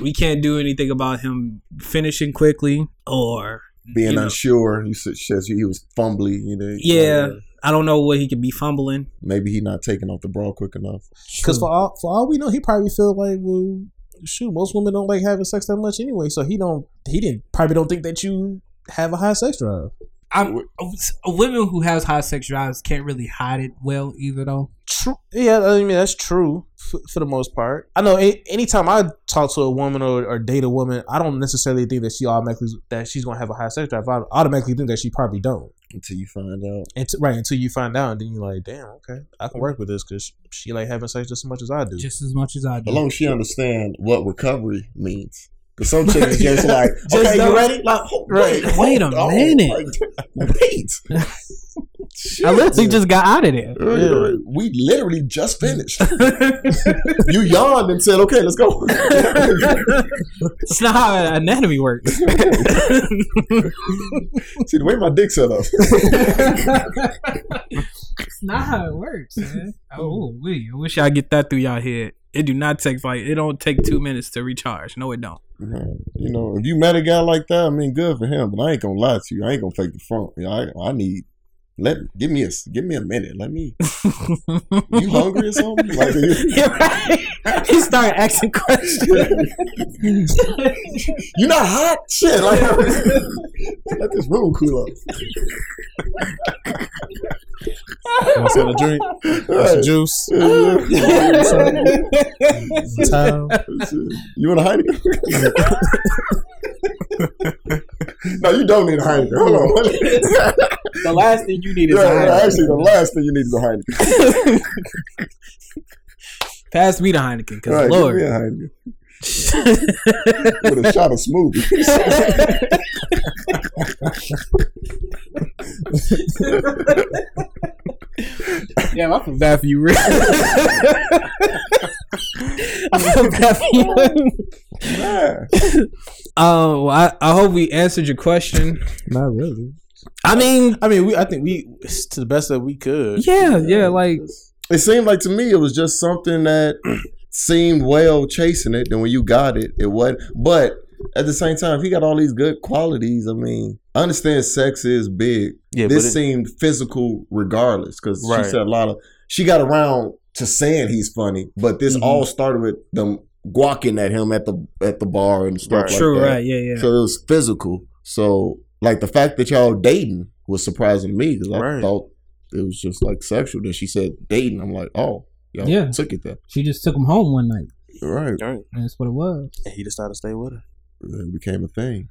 Speaker 1: we can't do anything about him finishing quickly or
Speaker 2: being
Speaker 1: you know,
Speaker 2: unsure. He said says he was fumbly. You know.
Speaker 1: Yeah. I don't know what he could be fumbling.
Speaker 2: Maybe he not taking off the bra quick enough.
Speaker 3: Because for all for all we know, he probably feel like well, shoot, most women don't like having sex that much anyway, so he don't he didn't probably don't think that you have a high sex drive.
Speaker 1: I'm, women who has high sex drives can't really hide it well either, though.
Speaker 3: True. Yeah, I mean that's true for, for the most part. I know any, anytime I talk to a woman or, or date a woman, I don't necessarily think that she automatically that she's gonna have a high sex drive. I automatically think that she probably don't.
Speaker 2: Until you find out.
Speaker 3: And right until you find out, and then you're like, damn, okay, I can work with this because she like having sex just as much as I do.
Speaker 1: Just as much as I
Speaker 2: As
Speaker 1: do.
Speaker 2: long as she understand what recovery means. Because some chicks just like, okay,
Speaker 1: know-
Speaker 2: you ready? Like, oh, wait,
Speaker 1: Right. Wait a
Speaker 2: hold on,
Speaker 1: minute.
Speaker 2: like, wait.
Speaker 1: I literally just got out of there.
Speaker 2: Yeah. We literally just finished. you yawned and said, okay, let's go.
Speaker 1: It's not how anatomy works.
Speaker 2: See, the way my dick set up.
Speaker 1: It's not how it works, man. Oh, we. I wish I get that through y'all head. It do not take like it don't take two minutes to recharge. No, it don't.
Speaker 2: Man, you know, if you met a guy like that, I mean, good for him. But I ain't gonna lie to you. I ain't gonna fake the front. You know, I, I need let give me a give me a minute. Let me. You hungry or something? Like,
Speaker 1: Yeah, right. He started asking questions.
Speaker 2: you not hot? Shit! Like, let this room cool up.
Speaker 3: Want some to drink? Want some
Speaker 2: Right.
Speaker 3: juice? Some time?
Speaker 2: you want a Heineken? no, you don't need a Heineken. Hold on.
Speaker 1: the last thing you need
Speaker 2: Yeah, yeah, actually, the last thing you need is a Heineken.
Speaker 1: Pass me the Heineken, because
Speaker 2: Right, give me
Speaker 1: Lord.
Speaker 2: a Heineken. With a shot of smoothie.
Speaker 1: Yeah, I feel bad for you, Rick. I feel bad for you.
Speaker 2: Yeah.
Speaker 1: Um, well, I, I hope we answered your question.
Speaker 3: Not really.
Speaker 1: I mean,
Speaker 3: I mean, we. I think we to the best that we could.
Speaker 1: yeah, yeah, like
Speaker 2: it seemed like to me it was just something that seemed well chasing it. Then when you got it, it wasn't. But at the same time, he got all these good qualities. I mean, I understand sex is big.
Speaker 10: Yeah,
Speaker 2: this
Speaker 10: but it-
Speaker 2: seemed physical regardless because
Speaker 10: Right.
Speaker 2: she said a lot of. She got around to saying he's funny, but
Speaker 10: Mm-hmm.
Speaker 2: this all started with them guacking at him at the at the bar and stuff
Speaker 10: Right.
Speaker 2: like
Speaker 1: true,
Speaker 2: that.
Speaker 1: right? Yeah, yeah.
Speaker 2: So it was physical. So like the fact that y'all dating was surprising me because I
Speaker 10: Right.
Speaker 2: thought it was just like sexual. Then she said dating. I'm like, oh, y'all
Speaker 1: Yeah.
Speaker 2: took it there.
Speaker 1: She just took him home one night.
Speaker 2: Right.
Speaker 10: Right.
Speaker 1: That's what it was.
Speaker 10: And he decided to stay with her.
Speaker 2: It became a thing.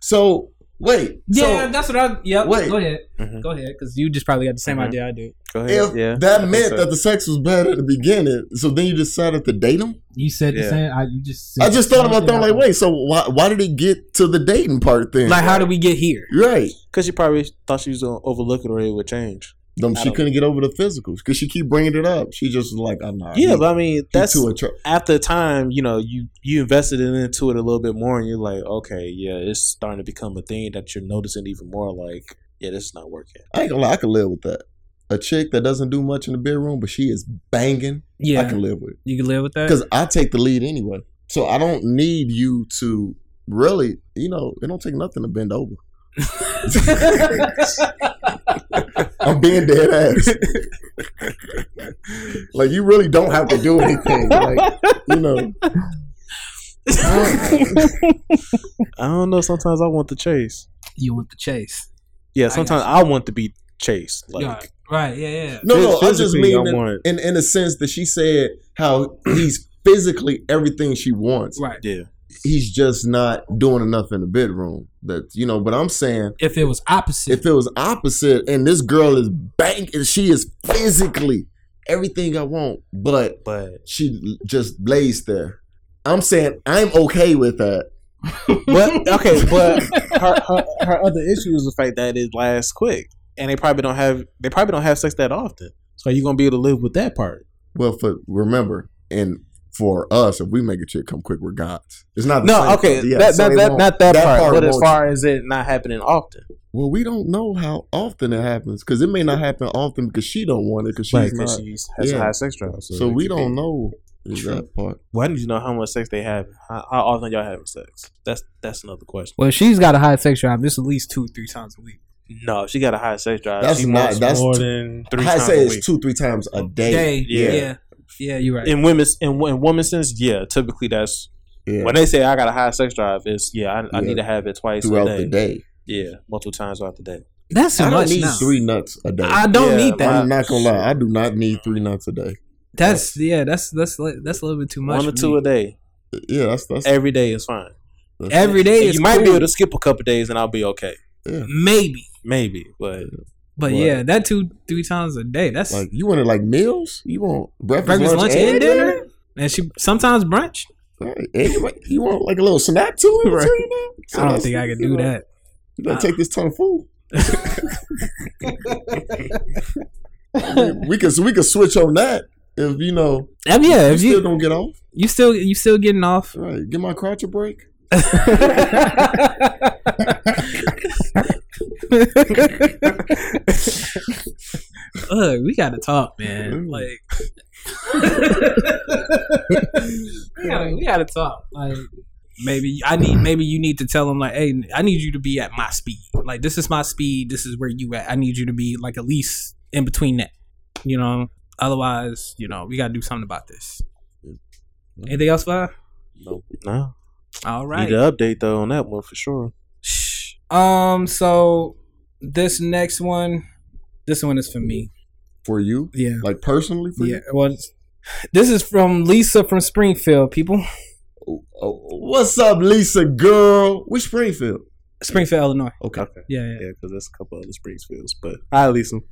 Speaker 2: So wait.
Speaker 1: Yeah,
Speaker 2: so
Speaker 1: that's what I. Yep.
Speaker 2: Wait. Mm-hmm.
Speaker 1: Go ahead.
Speaker 10: Mhm.
Speaker 1: Go ahead, because you just probably got the same
Speaker 10: Mhm.
Speaker 1: idea I did.
Speaker 10: Go ahead.
Speaker 2: if
Speaker 10: yeah. I
Speaker 2: that
Speaker 10: think
Speaker 2: meant
Speaker 10: so.
Speaker 2: that the sex was bad at the beginning, so then you decided to date him.
Speaker 1: You said the
Speaker 10: Yeah.
Speaker 1: same. I, you just. Said
Speaker 2: I just thought about that. I'm
Speaker 1: Yeah.
Speaker 2: like, wait. So why why did it get to the dating part then?
Speaker 1: Like, how did we get here?
Speaker 2: right.
Speaker 10: Because she probably thought she was going to overlook it or it would change.
Speaker 2: Them,
Speaker 10: I
Speaker 2: she
Speaker 10: don't-
Speaker 2: couldn't get over the physicals because she keep bringing it up. She just was like, I'm not.
Speaker 10: yeah, but I mean, that's
Speaker 2: too attra-
Speaker 10: after a time, you know, you you invested in- into it a little bit more, and you're like, okay, yeah, it's starting to become a thing that you're noticing even more. Like, yeah, this is not working.
Speaker 2: I ain't gonna lie, I can live with that. A chick that doesn't do much in the bedroom, but she is banging, I
Speaker 1: Yeah,
Speaker 2: can live with it.
Speaker 1: you can live with that.
Speaker 2: Because I take the lead anyway. So I don't need you to really, you know, it don't take nothing to bend over. I'm being dead ass. like you really don't have to do anything. Like, you know.
Speaker 10: I don't know. Sometimes I want the chase.
Speaker 1: You want the chase.
Speaker 10: Yeah,
Speaker 1: got
Speaker 10: sometimes I, want to be chased. Like,
Speaker 1: yeah. Right. Yeah. Yeah.
Speaker 2: No, no, I just
Speaker 10: Physically,
Speaker 2: mean
Speaker 10: I
Speaker 2: in-
Speaker 10: want-
Speaker 2: in, in a sense that she said how he's physically everything she wants.
Speaker 1: Right.
Speaker 10: yeah,
Speaker 2: he's just not doing enough in the bedroom. That you know, but I'm saying
Speaker 1: If it was opposite,
Speaker 2: if it was opposite and this girl is bank and she is physically everything I want, but
Speaker 10: but
Speaker 2: she l- just lays there. I'm saying I'm okay with that.
Speaker 10: but okay, but her, her her other issue is the fact that it lasts quick, and they probably don't have they probably don't have sex that often. So you're gonna be able to live with that part.
Speaker 2: Well, for remember and for us, if we make a chick come quick, we're gods. It's not the
Speaker 10: No,
Speaker 2: same
Speaker 10: okay,
Speaker 2: thing. Yeah,
Speaker 10: that,
Speaker 2: so
Speaker 10: that,
Speaker 2: they
Speaker 10: that,
Speaker 2: won't-
Speaker 10: not that, part, but as
Speaker 2: won't-
Speaker 10: far as it not happening often,
Speaker 2: well, we don't know how often it happens because it may not happen often because she don't want it because she's
Speaker 10: right?
Speaker 2: not.
Speaker 10: Because she has
Speaker 2: yeah.
Speaker 10: a high sex drive,
Speaker 2: so
Speaker 10: it
Speaker 2: we
Speaker 10: could
Speaker 2: don't
Speaker 10: be-
Speaker 2: know. Is that part?
Speaker 10: Why did you know how much sex they have? How, how often y'all having sex? That's that's another question.
Speaker 1: Well, she's got a high sex drive. It's at least two, three times a week.
Speaker 10: No, she got a high sex drive.
Speaker 2: That's
Speaker 10: she
Speaker 2: not-
Speaker 10: wants
Speaker 2: that's
Speaker 10: more
Speaker 2: t-
Speaker 10: than three
Speaker 2: I
Speaker 10: times
Speaker 2: say
Speaker 10: a
Speaker 2: it's
Speaker 10: week.
Speaker 2: two, three times a day.
Speaker 1: Day. Yeah.
Speaker 10: yeah.
Speaker 1: Yeah, you're right.
Speaker 10: in women's in in women's sense, yeah. Typically, that's
Speaker 2: Yeah.
Speaker 10: when they say I got a high sex drive. It's yeah, I, I
Speaker 2: Yeah.
Speaker 10: need to have it twice
Speaker 2: Throughout
Speaker 10: a day.
Speaker 2: the day.
Speaker 10: Yeah, multiple times throughout the day.
Speaker 1: That's too
Speaker 2: I don't
Speaker 1: much
Speaker 2: need
Speaker 1: now.
Speaker 2: three nuts a day.
Speaker 1: I don't
Speaker 10: Yeah,
Speaker 1: need that.
Speaker 2: I'm not gonna lie, I do not need three nuts a day.
Speaker 1: That's yeah. That's that's li- that's a little bit too much.
Speaker 10: One or
Speaker 1: for
Speaker 10: two
Speaker 1: me.
Speaker 10: a day,
Speaker 2: Yeah, that's that's,
Speaker 10: every day is fine.
Speaker 2: that's
Speaker 1: every day.
Speaker 10: And
Speaker 1: Is
Speaker 10: you might be
Speaker 1: cool.
Speaker 10: able to skip a couple days, and I'll be okay.
Speaker 1: maybe,
Speaker 10: Maybe, but
Speaker 1: but
Speaker 2: Right.
Speaker 1: yeah, that two three times a day. That's
Speaker 2: like you want it like meals. You want breakfast,
Speaker 1: breakfast, lunch, and dinner.
Speaker 2: dinner?
Speaker 1: And she sometimes brunch.
Speaker 2: Right. And you, want- you want like a little snack too? in
Speaker 1: Right.
Speaker 2: between that? So
Speaker 1: I don't
Speaker 2: that's-
Speaker 1: think I could
Speaker 2: you
Speaker 1: do
Speaker 2: know,
Speaker 1: that.
Speaker 2: You gotta take this ton of food. I mean, we could we could switch on that if you know
Speaker 1: I mean, yeah,
Speaker 2: you
Speaker 1: if
Speaker 2: still
Speaker 1: you
Speaker 2: don't get off.
Speaker 1: you still you still getting off.
Speaker 2: Right, give my crotch a break.
Speaker 1: Look, we gotta talk, man.
Speaker 2: Mm.
Speaker 1: Like, we, gotta, we gotta talk. Like, maybe I need, maybe you need to tell him, like, hey, I need you to be at my speed. Like, this is my speed. This is where you at. I need you to be like at least in between that. You know, otherwise, you know, we gotta do something about this. Anything else, Fly?
Speaker 10: no.
Speaker 1: All
Speaker 10: Need
Speaker 1: right.
Speaker 10: an update though on that one for sure.
Speaker 1: Shh. Um. So this next one, this one is for me.
Speaker 2: For you,
Speaker 1: Yeah.
Speaker 2: like personally, for
Speaker 1: Yeah, well, it's- this is from Lisa from Springfield, people.
Speaker 2: you. Oh, what's up, Lisa girl? We Springfield.
Speaker 1: Springfield, Illinois.
Speaker 2: Okay.
Speaker 10: Okay,
Speaker 1: Yeah, yeah.
Speaker 10: yeah, because that's a couple other Springfields, but I least them.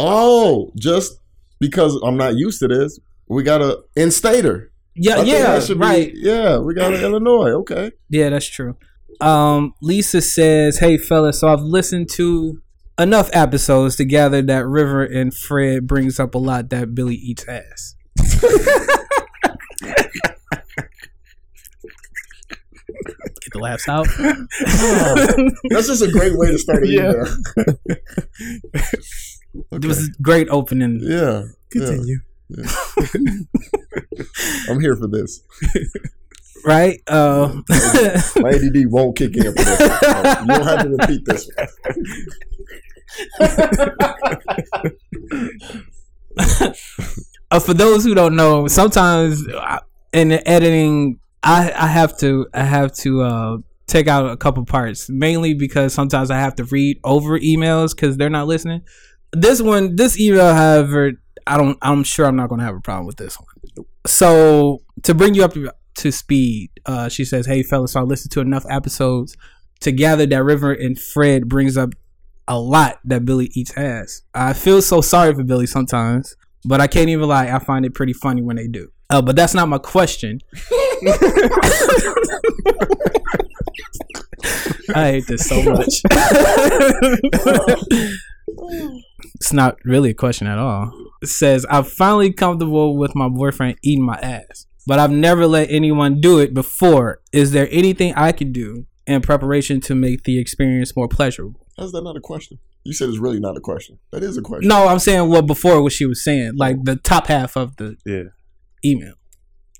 Speaker 2: Oh, just because I'm not used to this, we got a instater.
Speaker 10: Uh,
Speaker 2: I
Speaker 1: Yeah,
Speaker 2: think
Speaker 1: yeah,
Speaker 2: that should be-
Speaker 1: right.
Speaker 2: yeah, we got an Illinois. Okay.
Speaker 1: Yeah, that's true. Um, Lisa says, "Hey, fellas, so I've listened to enough episodes to gather that River and Fred brings up a lot that Billy eats ass." Get the laughs out.
Speaker 2: That's just a great way to start an
Speaker 10: Yeah.
Speaker 2: email.
Speaker 1: It was a great opening.
Speaker 2: Yeah. Continue. I'm here for this.
Speaker 1: right? Uh,
Speaker 2: My ADD won't kick in for this. You don't have to repeat this one.
Speaker 1: uh, for those who don't know, sometimes I, in the editing, I, I have to I have to uh, take out a couple parts, mainly because sometimes I have to read over emails because they're not listening. This one, this email, however, I don't. I'm sure I'm not going to have a problem with this one. So to bring you up to speed, uh, she says, "Hey fellas, so I listened to enough episodes to gather that River and Fred brings up a lot that Billy eats ass. I feel so sorry for Billy sometimes." but I can't even lie. I find it pretty funny when they do. Uh, but that's not my question. I hate this so much. it's not really a question at all. It says, I'm finally comfortable with my boyfriend eating my ass, but I've never let anyone do it before. Is there anything I can do in preparation to make the experience more pleasurable?
Speaker 2: How's that not a question? You said it's really not a question. That is a question.
Speaker 1: No, I'm saying what before what she was saying, like the top half of the
Speaker 10: Yeah.
Speaker 1: email.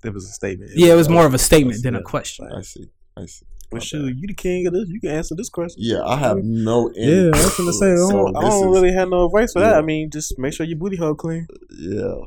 Speaker 10: It was a statement. Uh,
Speaker 1: Yeah, it was more of a statement than a
Speaker 10: Yeah.
Speaker 1: question.
Speaker 2: I see. I see.
Speaker 10: Well, shoot, you the king of this. You can answer this question.
Speaker 2: Yeah, I have no end.
Speaker 10: Yeah, I was gonna say I
Speaker 2: So
Speaker 10: don't, I
Speaker 2: this
Speaker 10: don't
Speaker 2: is-
Speaker 10: really have no advice for that.
Speaker 2: Yeah.
Speaker 10: I mean, just make sure your booty hole clean.
Speaker 2: Yeah.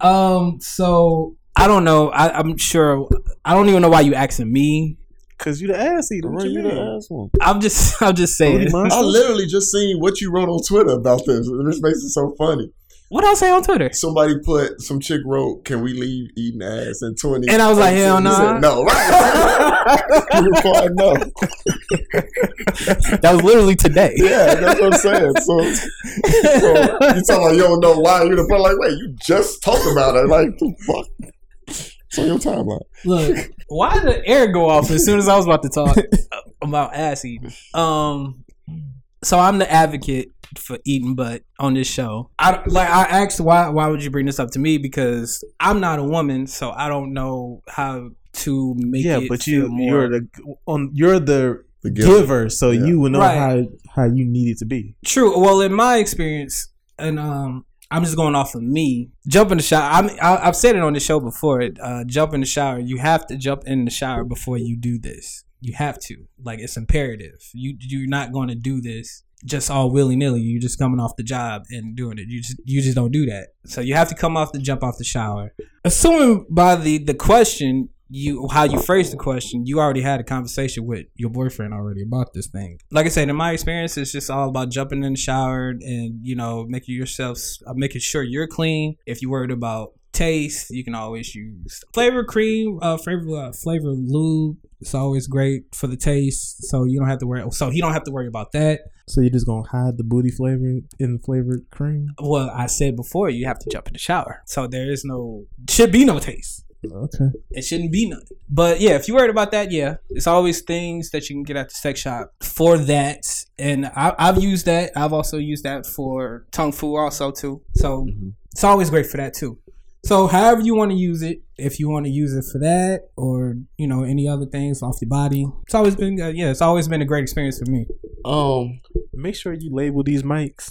Speaker 1: um, so I don't know. I, I'm sure. I don't even know why you asking me.
Speaker 10: Cause you the ass eater. What
Speaker 2: Right,
Speaker 10: you
Speaker 2: you the
Speaker 10: mean?
Speaker 2: ass one.
Speaker 1: I'm just. I'm just
Speaker 10: Booty
Speaker 1: saying.
Speaker 10: monster?
Speaker 2: I literally just seen what you wrote on Twitter about this, and this makes it so funny.
Speaker 1: What I say on Twitter?
Speaker 2: Somebody put some chick wrote, "Can we leave eating ass in 20?
Speaker 1: And I was like, hell
Speaker 2: You said
Speaker 1: nah.
Speaker 2: no, right? you replied no.
Speaker 1: That was literally today.
Speaker 2: Yeah, that's what I'm saying. So, so you tell her you don't know why you're the fuck like, wait, you just talked about it, like the fuck. It's on your timeline.
Speaker 1: Look, why did the air go off as soon as I was about to talk about ass eating? Um, so I'm the advocate for eating butt on this show. I like I asked why why would you bring this up to me because I'm not a woman, so I don't know how to make
Speaker 10: Yeah,
Speaker 1: it
Speaker 10: but
Speaker 1: feel
Speaker 10: you
Speaker 1: more-
Speaker 10: you're the on you're the
Speaker 2: The gift.
Speaker 10: giver, so
Speaker 2: Yeah.
Speaker 10: you would know
Speaker 1: Right.
Speaker 10: how how you need it to be.
Speaker 1: True. Well, in my experience, and um, I'm just going off of me. Jump in the shower. I'm, I, I've said it on the show before. Uh, jump in the shower. You have to jump in the shower before you do this. You have to. Like it's imperative. You you're not going to do this just all willy nilly. You're just coming off the job and doing it. You just you just don't do that. So you have to come off the jump off the shower. Assuming by the the question you how you phrase the question, you already had a conversation with your boyfriend already about this thing. Like I said, in my experience, it's just all about jumping in the shower and you know making yourself uh, making sure you're clean. If you're worried about taste, you can always use flavor cream, uh, flavor uh, flavor lube. It's always great for the taste, so you don't have to worry. So he don't have to worry about that.
Speaker 11: So you're just gonna hide the booty flavor in the flavored cream?
Speaker 1: Well, I said before, you have to jump in the shower, so there is no should be no taste.
Speaker 11: Okay.
Speaker 1: It shouldn't be none. But yeah, if you're worried about that, yeah, it's always things that you can get at the sex shop for that. And I, I've used that. I've also used that for tongue fu also too. So
Speaker 12: Mm-hmm.
Speaker 1: it's always great for that too. So however you want to use it, if you want to use it for that or you know any other things off your body, it's always been uh, yeah, it's always been a great experience for me.
Speaker 13: Um,
Speaker 3: Make sure you label these mics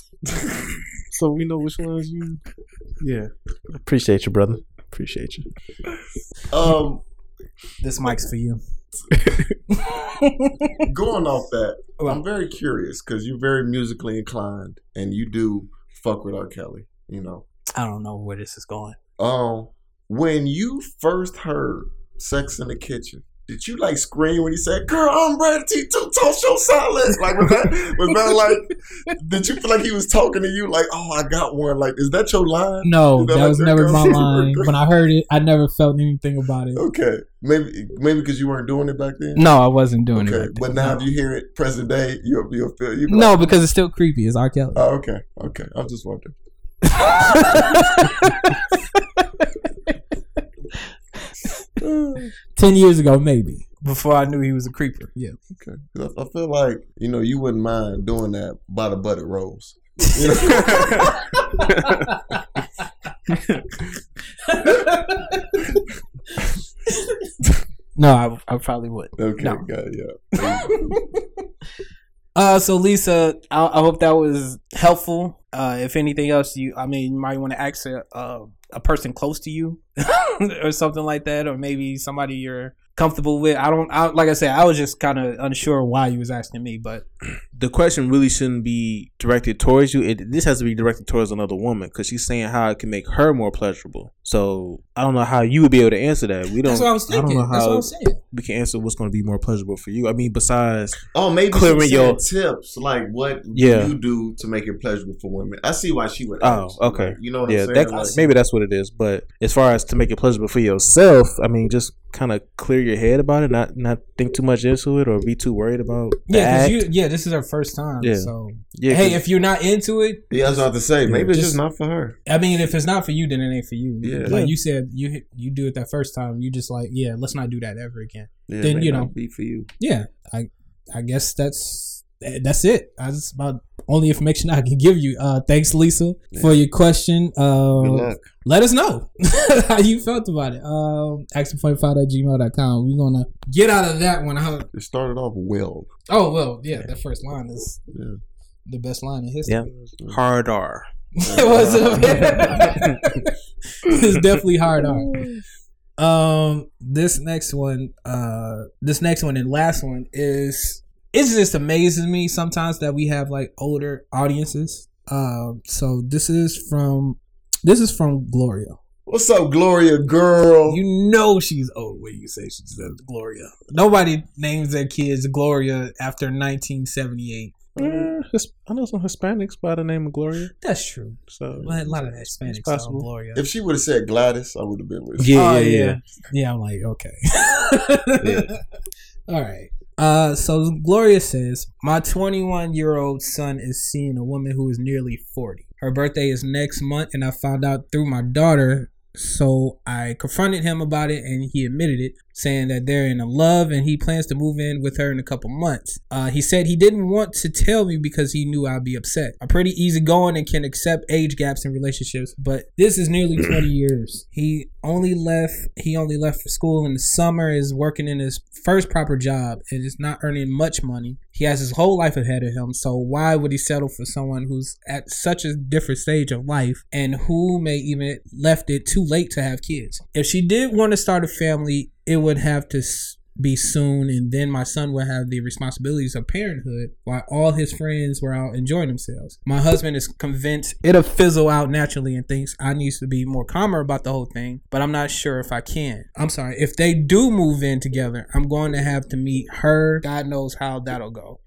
Speaker 3: so we know which ones you. Yeah. Appreciate you, brother. Appreciate you.
Speaker 2: Um,
Speaker 1: This mic's for you.
Speaker 2: going off that, I'm very curious because you're very musically inclined and you do fuck with R. Kelly. You know,
Speaker 1: I don't know where this is going.
Speaker 2: um, when you first heard "Sex in the Kitchen." Did you like scream when he said, "Girl, I'm ready to toast your salad"? Like was that was that like? Did you feel like he was talking to you? Like, oh, I got one. Like, is that your line?
Speaker 12: No,
Speaker 2: Is
Speaker 12: that
Speaker 2: like
Speaker 12: was
Speaker 2: your
Speaker 12: never
Speaker 2: girl?
Speaker 12: my line. When I heard it, I never felt anything about it.
Speaker 2: Okay, maybe maybe because you weren't doing it back then.
Speaker 1: No, I wasn't doing
Speaker 2: okay,
Speaker 1: it. Right
Speaker 2: but
Speaker 1: there.
Speaker 2: now if you hear it present day, you'll you'll feel you.
Speaker 1: no, because it's still creepy. It's R. Kelly.
Speaker 2: Oh, okay, okay. I'm just wondering. Oh.
Speaker 12: Ten years ago, maybe.
Speaker 1: Before I knew he was a creeper. Yeah.
Speaker 2: Okay, 'Cause I, I feel like you know you wouldn't mind doing that by the butter rolls. You know?
Speaker 1: No, I, I probably would.
Speaker 2: okay,
Speaker 1: No.
Speaker 2: got it, yeah.
Speaker 1: Uh, so Lisa, I, I hope that was helpful. Uh, if anything else, you, I mean, you might want to ask a, uh, a person close to you, or something like that, or maybe somebody you're comfortable with. I don't, I, like I said, I was just kind of unsure why you was asking me, but
Speaker 3: The question really shouldn't be directed towards you. It, this has to be directed towards another woman because she's saying how it can make her more pleasurable. So I don't know how you would be able to answer that. We don't.
Speaker 1: that's what I was
Speaker 3: don't
Speaker 1: thinking.
Speaker 3: know
Speaker 1: that's what
Speaker 3: how-
Speaker 1: I'm saying.
Speaker 3: we can answer what's going to be more pleasurable for you. I mean, besides,
Speaker 2: Oh, maybe
Speaker 3: Clearing
Speaker 2: clearing
Speaker 3: your-
Speaker 2: your tips, like what
Speaker 3: Yeah.
Speaker 2: you do to make it pleasurable for women. I see why she would.
Speaker 3: Oh,
Speaker 2: ask.
Speaker 3: okay.
Speaker 2: You know what
Speaker 3: yeah,
Speaker 2: I'm saying?
Speaker 3: that,
Speaker 2: Like,
Speaker 3: maybe that's what it is. But as far as to make it pleasurable for yourself, I mean, just kind of clear your head about it, not not think too much into it, or be too worried about. the
Speaker 1: Yeah, 'cause
Speaker 3: act.
Speaker 1: you, yeah, this is her first time.
Speaker 3: Yeah.
Speaker 1: So
Speaker 3: yeah,
Speaker 1: hey,
Speaker 3: 'cause-
Speaker 1: if you're not into it,
Speaker 2: yeah, that's what I was about to say. Maybe it's
Speaker 1: Just-
Speaker 2: just not for her.
Speaker 1: I mean, if it's not for you, then it ain't for you.
Speaker 2: Yeah.
Speaker 1: Like you said, you you do it that first time. You just like, yeah, let's not do that ever again.
Speaker 2: Yeah, it
Speaker 1: Then,
Speaker 2: may
Speaker 1: you
Speaker 2: not
Speaker 1: know.
Speaker 2: be for you.
Speaker 1: yeah, I I guess that's eh, that's it. That's about only information I can give you. Uh, thanks, Lisa, for your question.
Speaker 2: Good
Speaker 1: Uh,
Speaker 2: luck.
Speaker 1: let us know how you felt about it. Um, action45 at gmail.com. We're going to get out of that one. Huh?
Speaker 2: It started off well.
Speaker 1: Oh, well, yeah, that first line is
Speaker 2: Yeah.
Speaker 1: the best line in history.
Speaker 3: yeah, hard R.
Speaker 1: it was it's definitely hard on. Um, this next one, uh, this next one and last one is it just amazes me sometimes that we have like older audiences. Um, so this is from this is from Gloria.
Speaker 2: What's up, Gloria girl?
Speaker 1: You know she's old when you say she says Gloria. Nobody names their kids Gloria after 1978.
Speaker 3: Yeah, Eh, His- I know some Hispanics by the name of Gloria.
Speaker 1: That's true.
Speaker 3: So
Speaker 1: But a lot of Hispanics are
Speaker 3: possible.
Speaker 1: Gloria.
Speaker 2: if she would have said Gladys, I would have been with. you.
Speaker 3: yeah,
Speaker 1: oh,
Speaker 3: yeah, yeah.
Speaker 1: Yeah, I'm like, okay. All right. Uh, so Gloria says, My 21 year old son is seeing a woman who is nearly 40. Her birthday is next month, and I found out through my daughter. So I confronted him about it, and he admitted it. saying that they're in love and he plans to move in with her in a couple months. Uh, he said he didn't want to tell me because he knew I'd be upset. I'm pretty easygoing and can accept age gaps in relationships, but this is nearly 20 years. He only left. He only left for school in the summer. Is working in his first proper job and is not earning much money. He has his whole life ahead of him. So why would he settle for someone who's at such a different stage of life and who may even left it too late to have kids? If she did want to start a family, it would have to s- be soon, and then my son will have the responsibilities of parenthood while all his friends were out enjoying themselves. My husband is convinced it'll fizzle out naturally and thinks I need to be more calmer about the whole thing, but I'm not sure if I can. I'm sorry, if they do move in together, I'm going to have to meet her. God knows how that'll go.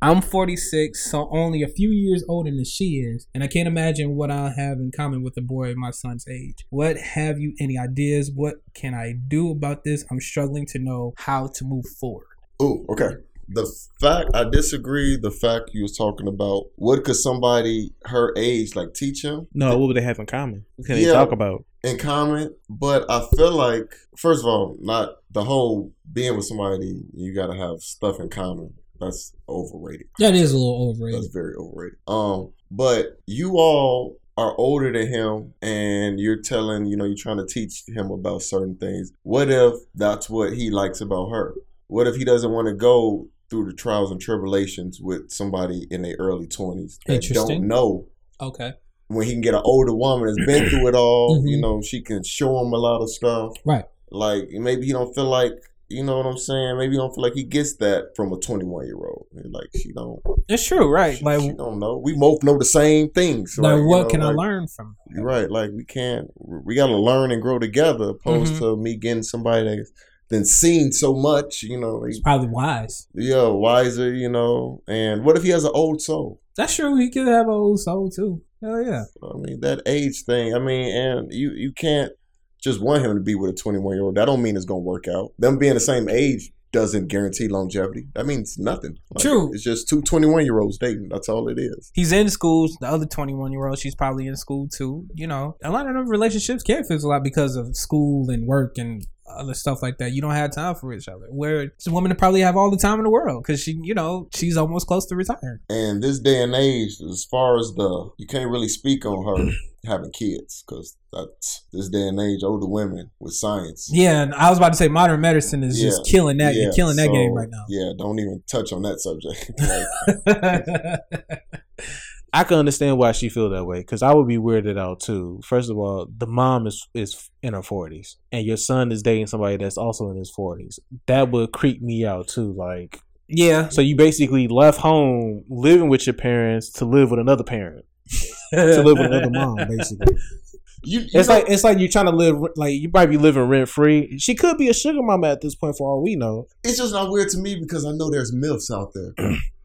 Speaker 1: I'm 46, so only a few years older than she is, and I can't imagine what I'll have in common with a boy my son's age. What have you any ideas? What can I do about this? I'm struggling to know how to move forward.
Speaker 2: Ooh, okay. The fact I disagree. The fact you was talking about, what could somebody her age like teach him
Speaker 10: No, what would they have in common? What can
Speaker 2: Yeah.
Speaker 10: they talk about?
Speaker 2: in common? But I feel like, first of all, not the whole being with somebody. You gotta have stuff in common. That's overrated.
Speaker 1: That is a little overrated.
Speaker 2: That's very overrated. Um, but you all are older than him, and you're telling, you know, you're trying to teach him about certain things. What if that's what he likes about her? What if he doesn't want to go through the trials and tribulations with somebody in their early twenties that
Speaker 1: Interesting.
Speaker 2: don't know
Speaker 1: Okay.
Speaker 2: when he can get an older woman that's been through it all,
Speaker 1: Mhm.
Speaker 2: you know, she can show him a lot of stuff.
Speaker 1: Right.
Speaker 2: Like maybe he don't feel like you know what I'm saying. Maybe he don't feel like he gets that from a 21 year old. Like she don't,
Speaker 1: It's true, right?
Speaker 2: she,
Speaker 1: Like,
Speaker 2: she don't know. We both know the same things.
Speaker 1: like
Speaker 2: you
Speaker 1: what
Speaker 2: know,
Speaker 1: can I
Speaker 2: like-
Speaker 1: learn from?
Speaker 2: you're Right. Like we can't. We got to learn and grow together. Opposed
Speaker 1: Mhm.
Speaker 2: to me getting somebody that's then seen so much. You know, like,
Speaker 1: Probably wise.
Speaker 2: yeah, wiser. You know, and what if he has an old soul?
Speaker 1: That's true. He could have an old soul too. Hell yeah.
Speaker 2: I mean that age thing. I mean, and you you can't just want him to be with a twenty one year old. That don't mean it's gonna work out. Them being the same age doesn't guarantee longevity. That means nothing. Like,
Speaker 1: True.
Speaker 2: It's just two 21 year olds dating. That's all it is.
Speaker 1: He's in school. The other 21 year old, she's probably in school too. You know, a lot of them relationships can fizzle out because of school and work and other stuff like that. You don't have time for each other. Where it's a woman that probably have all the time in the world because she, you know, she's almost close to retiring.
Speaker 2: And this day and age, as far as the you can't really speak on her having kids because that's this day and age. Older women with science.
Speaker 1: Yeah, and I was about to say modern medicine is just
Speaker 2: Yeah.
Speaker 1: killing that,
Speaker 2: Yeah,
Speaker 1: killing that
Speaker 2: so,
Speaker 1: game right now.
Speaker 2: Yeah, don't even touch on that subject.
Speaker 10: I
Speaker 2: Like,
Speaker 10: can understand why she feel that way because I would be weirded out too. First of all, the mom is is in her forties, and your son is dating somebody that's also in his forties. That would creep me out too. Like,
Speaker 1: yeah,
Speaker 10: so you basically left home, living with your parents to live with another parent.
Speaker 3: to live with another mom, basically.
Speaker 2: you, you
Speaker 10: It's
Speaker 2: know-
Speaker 10: like it's like you're trying to live like you might be living rent free. She could be a sugar mama at this point, for all we know.
Speaker 2: it's just not weird to me because I know there's MILFs out there.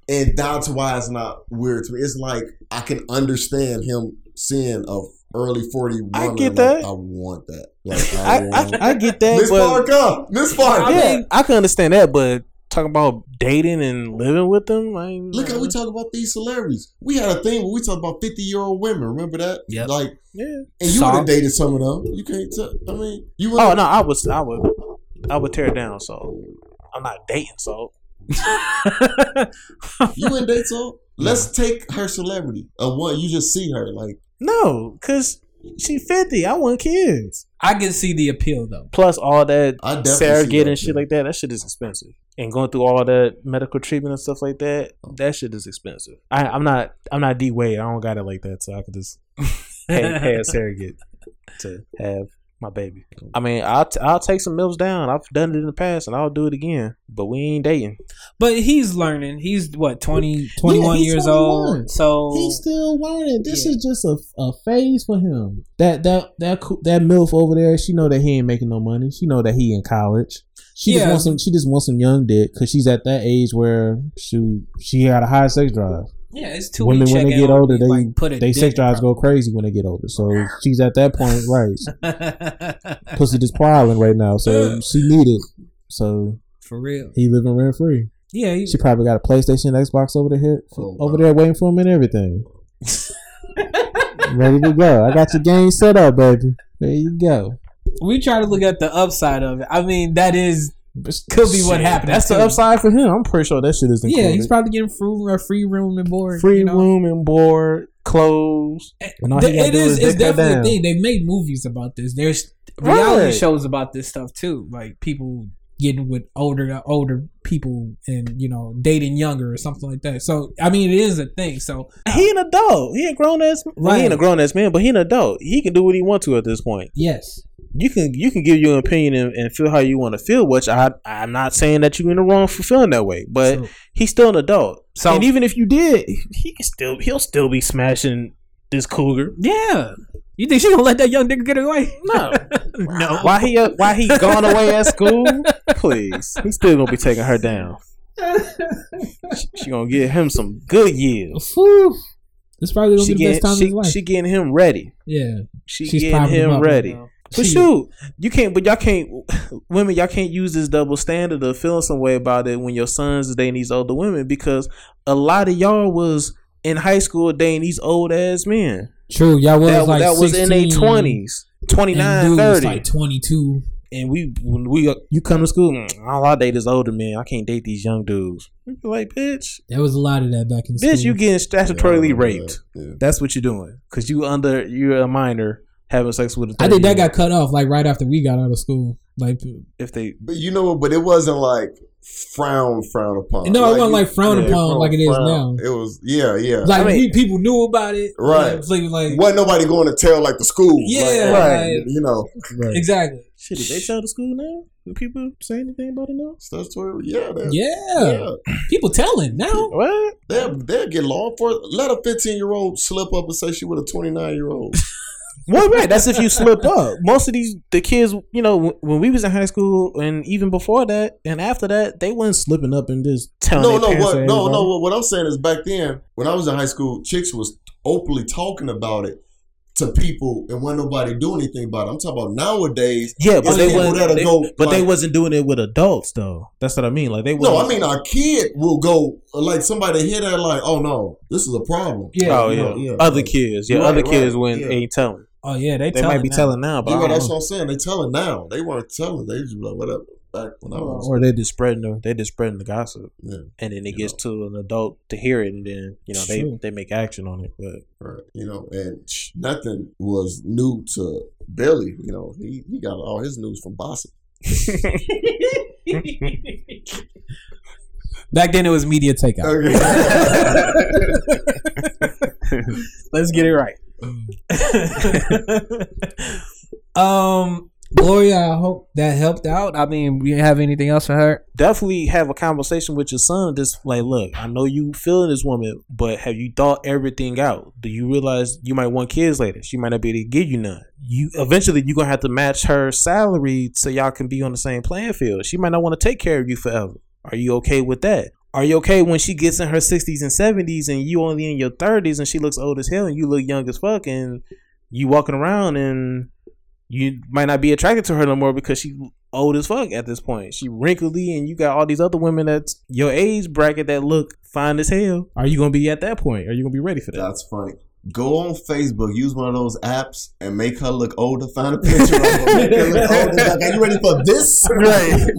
Speaker 2: and that's why it's not weird to me. It's like I can understand him seeing a early 40 woman.
Speaker 10: I get
Speaker 2: like,
Speaker 10: that.
Speaker 2: I want that. Like, I,
Speaker 10: I
Speaker 2: want
Speaker 10: I, I get that,
Speaker 2: Miss
Speaker 10: but
Speaker 2: Parker! Miss Parker!
Speaker 10: yeah, I can understand that. But talking about dating and living with them, I ain't-
Speaker 2: Look how we talk about these celebrities. We had a thing where we talk about 50 year old women. Remember that?
Speaker 1: Yep.
Speaker 2: Like,
Speaker 10: yeah.
Speaker 2: and you
Speaker 1: Saw.
Speaker 2: would have dated some of them. You can't tell. I mean, you would
Speaker 10: Oh no, I would, I would, I would tear it down. So I'm not dating. So Oh,
Speaker 2: you wouldn't date so. Let's take her celebrity. A one, you just see her. Like,
Speaker 10: no, cause she 50. I want kids.
Speaker 1: I can see the appeal though.
Speaker 10: Plus all that
Speaker 2: I definitely. see
Speaker 10: surrogate
Speaker 2: that,
Speaker 10: and shit
Speaker 2: yeah.
Speaker 10: like that. That shit is expensive. And going through all that medical treatment and stuff like that, that shit is expensive. I, I'm not, I'm not D Wade. I don't got it like that, so I could just pay, pay a surrogate to have my baby. I mean, I'll, t- I'll take some mills down. I've done it in the past, and I'll do it again. But we ain't dating.
Speaker 1: But he's learning. He's what 20, 21
Speaker 3: he's
Speaker 1: years
Speaker 3: 21.
Speaker 1: old. So
Speaker 3: He's still learning. This is just a, a phase for him. That that that coo- that milf over there. She know that he ain't making no money. She know that he in college. She just
Speaker 1: Yeah.
Speaker 3: wants some. She just wants some young dick because she's at that age where she she got a high sex drive.
Speaker 1: yeah, it's two
Speaker 3: Women,
Speaker 1: weeks
Speaker 3: when they
Speaker 1: check-in
Speaker 3: get
Speaker 1: on
Speaker 3: older,
Speaker 1: it,
Speaker 3: they-
Speaker 1: put it.
Speaker 3: They sex drives go crazy when they get older. So she's at that point, right? Pussy just prowling right now. So she need it. So
Speaker 1: for real.
Speaker 3: he living rent free.
Speaker 1: Yeah, he,
Speaker 3: She probably got a PlayStation, Xbox over there,
Speaker 2: Oh,
Speaker 3: over there waiting for him and everything. Ready to go. I got your game set up, baby. There you go.
Speaker 1: we try to look at the upside of it. I mean, that is could be what
Speaker 3: Shit,
Speaker 1: happened.
Speaker 3: That's the
Speaker 1: too.
Speaker 3: upside for him. I'm pretty sure that shit is included.
Speaker 1: Yeah, he's probably getting free, free room and board.
Speaker 3: free
Speaker 1: you know?
Speaker 3: room and board, clothes. And all he
Speaker 1: Th-
Speaker 3: gotta
Speaker 1: it
Speaker 3: do
Speaker 1: is.
Speaker 3: is
Speaker 1: It's
Speaker 3: dick that
Speaker 1: definitely a
Speaker 3: down.
Speaker 1: thing. They made movies about this. There's reality
Speaker 3: Right.
Speaker 1: shows about this stuff too. Like people getting with older older people and you know dating younger or something like that. So I mean, it is a thing. So
Speaker 3: He an adult. He a grown ass. Well, he ain't a
Speaker 1: Right.
Speaker 3: grown ass man, but he an adult. He can do what he want to at this point.
Speaker 1: yes,
Speaker 3: You can you can give your opinion and, and feel how you want to feel. Which I I'm not saying that you in the wrong for feeling that way, but
Speaker 1: True.
Speaker 3: he's still an adult.
Speaker 1: So-
Speaker 3: and even if you did, he can still he'll still be smashing this cougar.
Speaker 1: yeah. You think she gonna let that young nigga get away?
Speaker 3: No,
Speaker 1: no.
Speaker 3: why he uh, why he gone away at school? Please, he's still gonna be taking her down. She gonna give him some good years.
Speaker 1: Whew. This probably gonna
Speaker 3: She
Speaker 1: be the best
Speaker 3: getting
Speaker 1: time
Speaker 3: she,
Speaker 1: in his life.
Speaker 3: she getting him ready.
Speaker 1: yeah,
Speaker 3: She
Speaker 1: She's
Speaker 3: getting
Speaker 1: propping him
Speaker 3: him
Speaker 1: up,
Speaker 3: ready.
Speaker 1: you know.
Speaker 3: But
Speaker 1: uh, She-
Speaker 3: shoot, you can't. But y'all can't. Women, y'all can't use this double standard of feeling some way about it when your sons is dating these older women because a lot of y'all was in high school dating these old ass men
Speaker 1: true. Y'all was
Speaker 3: that,
Speaker 1: like
Speaker 3: that was in their
Speaker 1: 16,
Speaker 3: twenties, 29,
Speaker 1: and dude was
Speaker 3: 30.
Speaker 1: like twenty two.
Speaker 3: and we when we uh, you come to school, "Mm, all I date is older men. I can't date these young dudes. You be like, bitch,
Speaker 1: There was a lot of that back in
Speaker 3: bitch,
Speaker 1: school.
Speaker 3: you getting statutorily
Speaker 2: Yeah, I remember
Speaker 3: raped.
Speaker 2: that. Yeah.
Speaker 3: That's what you're doing because you under you're a minor having sex with a.
Speaker 1: I think that
Speaker 3: 30
Speaker 1: got cut off like right after we got out of school. Like
Speaker 3: if they
Speaker 2: But you know, but it wasn't like frown frown upon.
Speaker 1: No, it wasn't,
Speaker 2: you-
Speaker 1: like, frowned
Speaker 2: yeah,
Speaker 1: upon like it is
Speaker 2: frown.
Speaker 1: now.
Speaker 2: It was yeah, yeah.
Speaker 1: like
Speaker 3: I mean-
Speaker 1: we, people knew about it.
Speaker 2: Right.
Speaker 1: Like, like, like,
Speaker 2: wasn't nobody going to tell like the school. like,
Speaker 1: Yeah,
Speaker 2: oh,
Speaker 1: like-
Speaker 2: you know,
Speaker 1: exactly.
Speaker 3: Shit, did they tell the school now? Do people say anything about it now?
Speaker 2: statutory. Yeah, that, yeah.
Speaker 1: Yeah. People telling now.
Speaker 3: What?
Speaker 2: They'll, they'll get law enforcement. Let a fifteen year old slip up and say she with a twenty nine year old.
Speaker 3: Well, right. That's if you slip up. Most of these the kids, you know, w- when we was in high school and even before that and after that, they wasn't slipping up and just telling.
Speaker 2: No,
Speaker 3: No,
Speaker 2: no,
Speaker 3: their
Speaker 2: what, no, no. What, what I'm saying is back then when I was in high school, chicks was openly talking about it to people, and wasn't nobody doing anything about it. I'm talking about nowadays.
Speaker 3: Yeah, but
Speaker 2: It's
Speaker 3: they
Speaker 2: people that'll
Speaker 3: wasn't. They,
Speaker 2: go,
Speaker 3: but they
Speaker 2: like-
Speaker 3: wasn't doing it with adults though. That's what I mean. Like they.
Speaker 2: No, I
Speaker 3: wasn't-
Speaker 2: mean our kid will go like somebody hear that like, oh no, this is a problem.
Speaker 1: Yeah.
Speaker 3: oh yeah.
Speaker 2: no, yeah.
Speaker 3: other kids. Yeah,
Speaker 2: Right,
Speaker 3: other
Speaker 2: right,
Speaker 3: kids when
Speaker 2: yeah.
Speaker 3: ain't telling.
Speaker 1: Oh yeah, they,
Speaker 3: They
Speaker 1: telling
Speaker 3: might be
Speaker 1: now.
Speaker 3: telling now, but
Speaker 2: You
Speaker 3: I
Speaker 2: know,
Speaker 3: don't
Speaker 2: that's what
Speaker 3: know.
Speaker 2: I'm saying. They telling now. They weren't telling. They just be like whatever. Back when I was,
Speaker 3: or they just spreading the they just spreading the gossip,
Speaker 2: Yeah.
Speaker 3: and then it
Speaker 2: You
Speaker 3: gets to an adult to hear it, and then you know they
Speaker 1: True.
Speaker 3: they make action on it. But
Speaker 2: right, you know, and sh- nothing was new to Billy. You know, he, he got all his news from Bossa.
Speaker 1: Back then it was media takeout. Let's get it right. um Gloria, I hope that helped out. I mean, we didn't have anything else for her.
Speaker 3: definitely have a conversation with your son. Just like, look, I know you feeling this woman, but have you thought everything out? Do you realize you might want kids later? She might not be able to give you none. You eventually you gonna have to match her salary so y'all can be on the same playing field. She might not want to take care of you forever. Are you okay with that? Are you okay when she gets in her sixties and seventies and you only in your thirties and she looks old as hell and you look young as fuck and you walking around and you might not be attracted to her no more because she old as fuck at this point. She wrinkly, and you got all these other women that's your age bracket that look fine as hell. Are you gonna be at that point? Are you gonna be ready for that?
Speaker 2: That's funny. Go on Facebook, use one of those apps, and make her look older. Find a picture of her, make her look older. Like, are you ready for this? Right.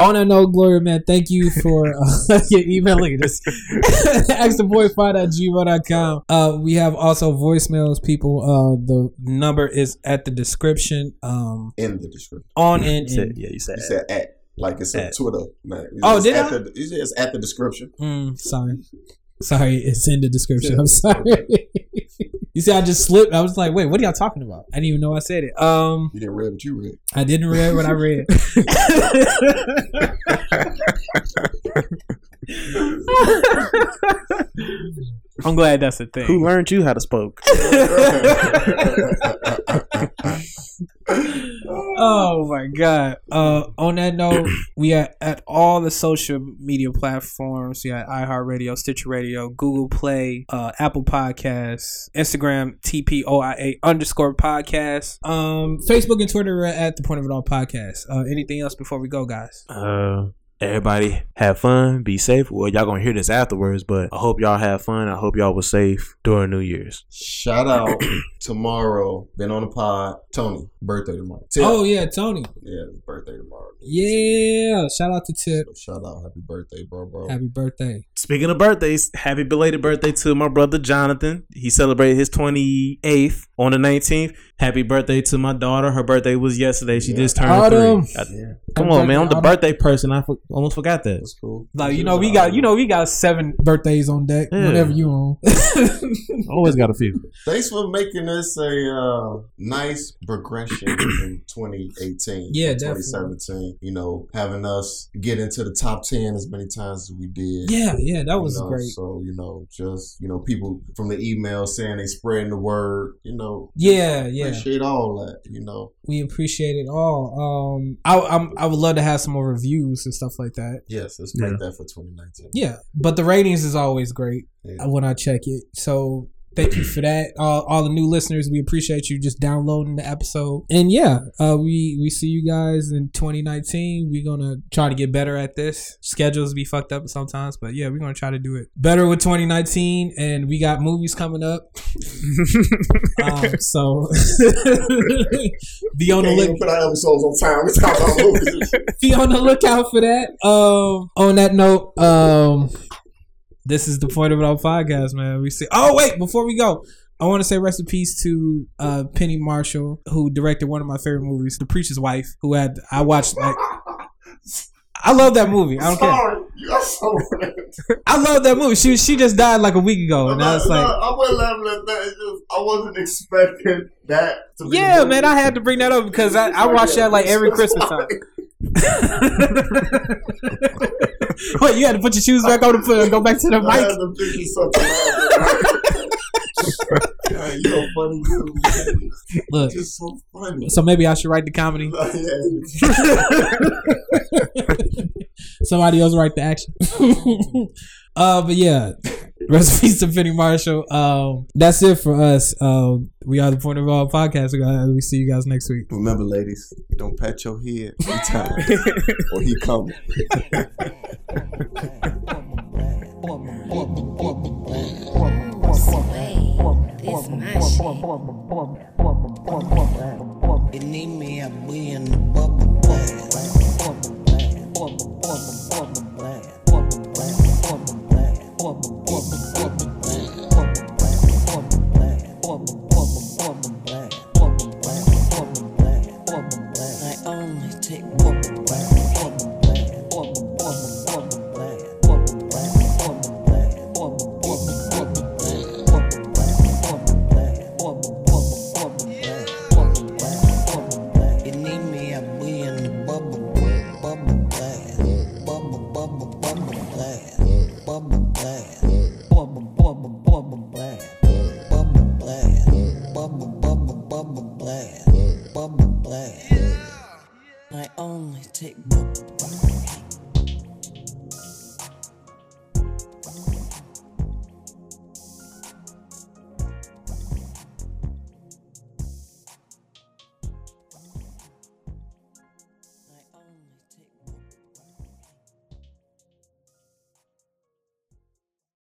Speaker 1: On that note, Gloria, man, thank you for uh, your email. Look at this. Extraboyfight at gmail.com. Uh, we have also voicemails, people. Uh, the number is at the description. Um,
Speaker 2: In the description,
Speaker 1: on and
Speaker 3: Said-
Speaker 1: in.
Speaker 3: yeah, you said.
Speaker 2: you said at like it's a
Speaker 3: At.
Speaker 2: Twitter. Man. It's
Speaker 1: Oh,
Speaker 2: just
Speaker 1: did
Speaker 2: at
Speaker 1: I?
Speaker 2: The, it's just at the description.
Speaker 1: Mm, sorry. Sorry, it's in the description. I'm sorry. you see, I just slipped. I was like, wait, what are y'all talking about? I didn't even know I said it. Um,
Speaker 2: You didn't read what you read.
Speaker 1: I didn't read what I read. I'm glad that's a thing.
Speaker 3: Who learned you how to spoke?
Speaker 1: Oh my god. Uh on that note, we are at all the social media platforms. We got iHeartRadio, Stitcher Radio, Google Play, uh, Apple Podcasts, Instagram, TPOIA underscore podcast. Um, Facebook and Twitter are at the point of it all podcast. Uh anything else before we go, guys?
Speaker 3: Uh, Everybody have fun, be safe. Well, y'all gonna hear this afterwards, but I hope y'all have fun. I hope y'all was safe during New Year's.
Speaker 2: Shout out tomorrow. Been on the pod. Tony, birthday tomorrow. Tip.
Speaker 1: Oh yeah, Tony.
Speaker 2: yeah, his birthday tomorrow.
Speaker 1: Yeah, shout out to Tip.
Speaker 2: So shout out, happy birthday, bro, bro.
Speaker 1: Happy birthday.
Speaker 3: Speaking of birthdays, happy belated birthday to my brother Jonathan. He celebrated his 28th on the 19th. Happy birthday to my daughter. Her birthday was yesterday. She just turned
Speaker 1: Autumn.
Speaker 3: three. I- Come on, man. I'm the birthday person. I for- almost forgot that.
Speaker 2: That's cool.
Speaker 1: Like you know we got you know we got seven.
Speaker 14: Birthdays on deck.
Speaker 3: Yeah.
Speaker 14: Whenever you on.
Speaker 3: Always got a few.
Speaker 2: Thanks for making this a uh, nice progression in 2018.
Speaker 1: Yeah,
Speaker 2: from
Speaker 1: definitely.
Speaker 2: 2017. You know, having us get into the top 10 as many times as we did.
Speaker 1: Yeah, yeah, that
Speaker 2: You
Speaker 1: was
Speaker 2: know,
Speaker 1: great.
Speaker 2: So you know, just you know, people from the email saying they spreading the word. You know,
Speaker 1: Yeah, yeah.
Speaker 2: appreciate all that. You know,
Speaker 1: We appreciate it all. Um, I I'm, I would love to have some more reviews and stuff like that.
Speaker 2: yes, let's
Speaker 3: Yeah.
Speaker 2: make that for 2019.
Speaker 1: Yeah, but the ratings is always great
Speaker 2: Yeah.
Speaker 1: when I check it. So thank you for that. Uh, all the new listeners, we appreciate you just downloading the episode. And yeah, uh, we we see you guys in 2019. We're gonna try to get better at this. Schedules be fucked up sometimes, but yeah, we're gonna try to do it better with 2019. And we got movies coming up, um, so be on the
Speaker 2: Can't
Speaker 1: look
Speaker 2: even put our episodes on time. We talk about movies.
Speaker 1: be on the lookout for that. Um, on that note, um, this is the point of our podcast, man. We see. Oh wait, before we go, I want to say rest in peace to uh, Penny Marshall, who directed one of my favorite movies, The Preacher's Wife. Who had I watched like. I love that movie. I don't care.
Speaker 2: Sorry, you are so right.
Speaker 1: I love that movie. She she just died like a week ago, and I was
Speaker 2: No, no,
Speaker 1: like,
Speaker 2: I wasn't laughing at that. It's just I wasn't expecting that. To be
Speaker 1: yeah,
Speaker 2: the
Speaker 1: man. I had to bring that up because I, I watch that like every Christmas time. Wait, you had to put your shoes back on and put, go back to the
Speaker 2: I had
Speaker 1: mic.
Speaker 2: to think of something. else. God, you a funny dude.
Speaker 1: Look,
Speaker 2: You're just so funny.
Speaker 1: So maybe I should write the comedy.
Speaker 2: Yeah.
Speaker 1: Somebody else write the action. uh, but yeah, rest in peace to Penny Marshall. Um, that's it for us. Um, we are the Point of All podcast. We, got- we see you guys next week.
Speaker 2: Remember, ladies, don't pat your head anytime or he coming.
Speaker 15: This my shit. You need me a win, bubble I only take bubble you need me, I'll be in the bubble, bubble glass, bubble, bubble, bubble glass, bubble glass, bubble, bubble, bubble glass, bubble glass, bubble, bubble, bubble glass, bubble glass. I only take bubble.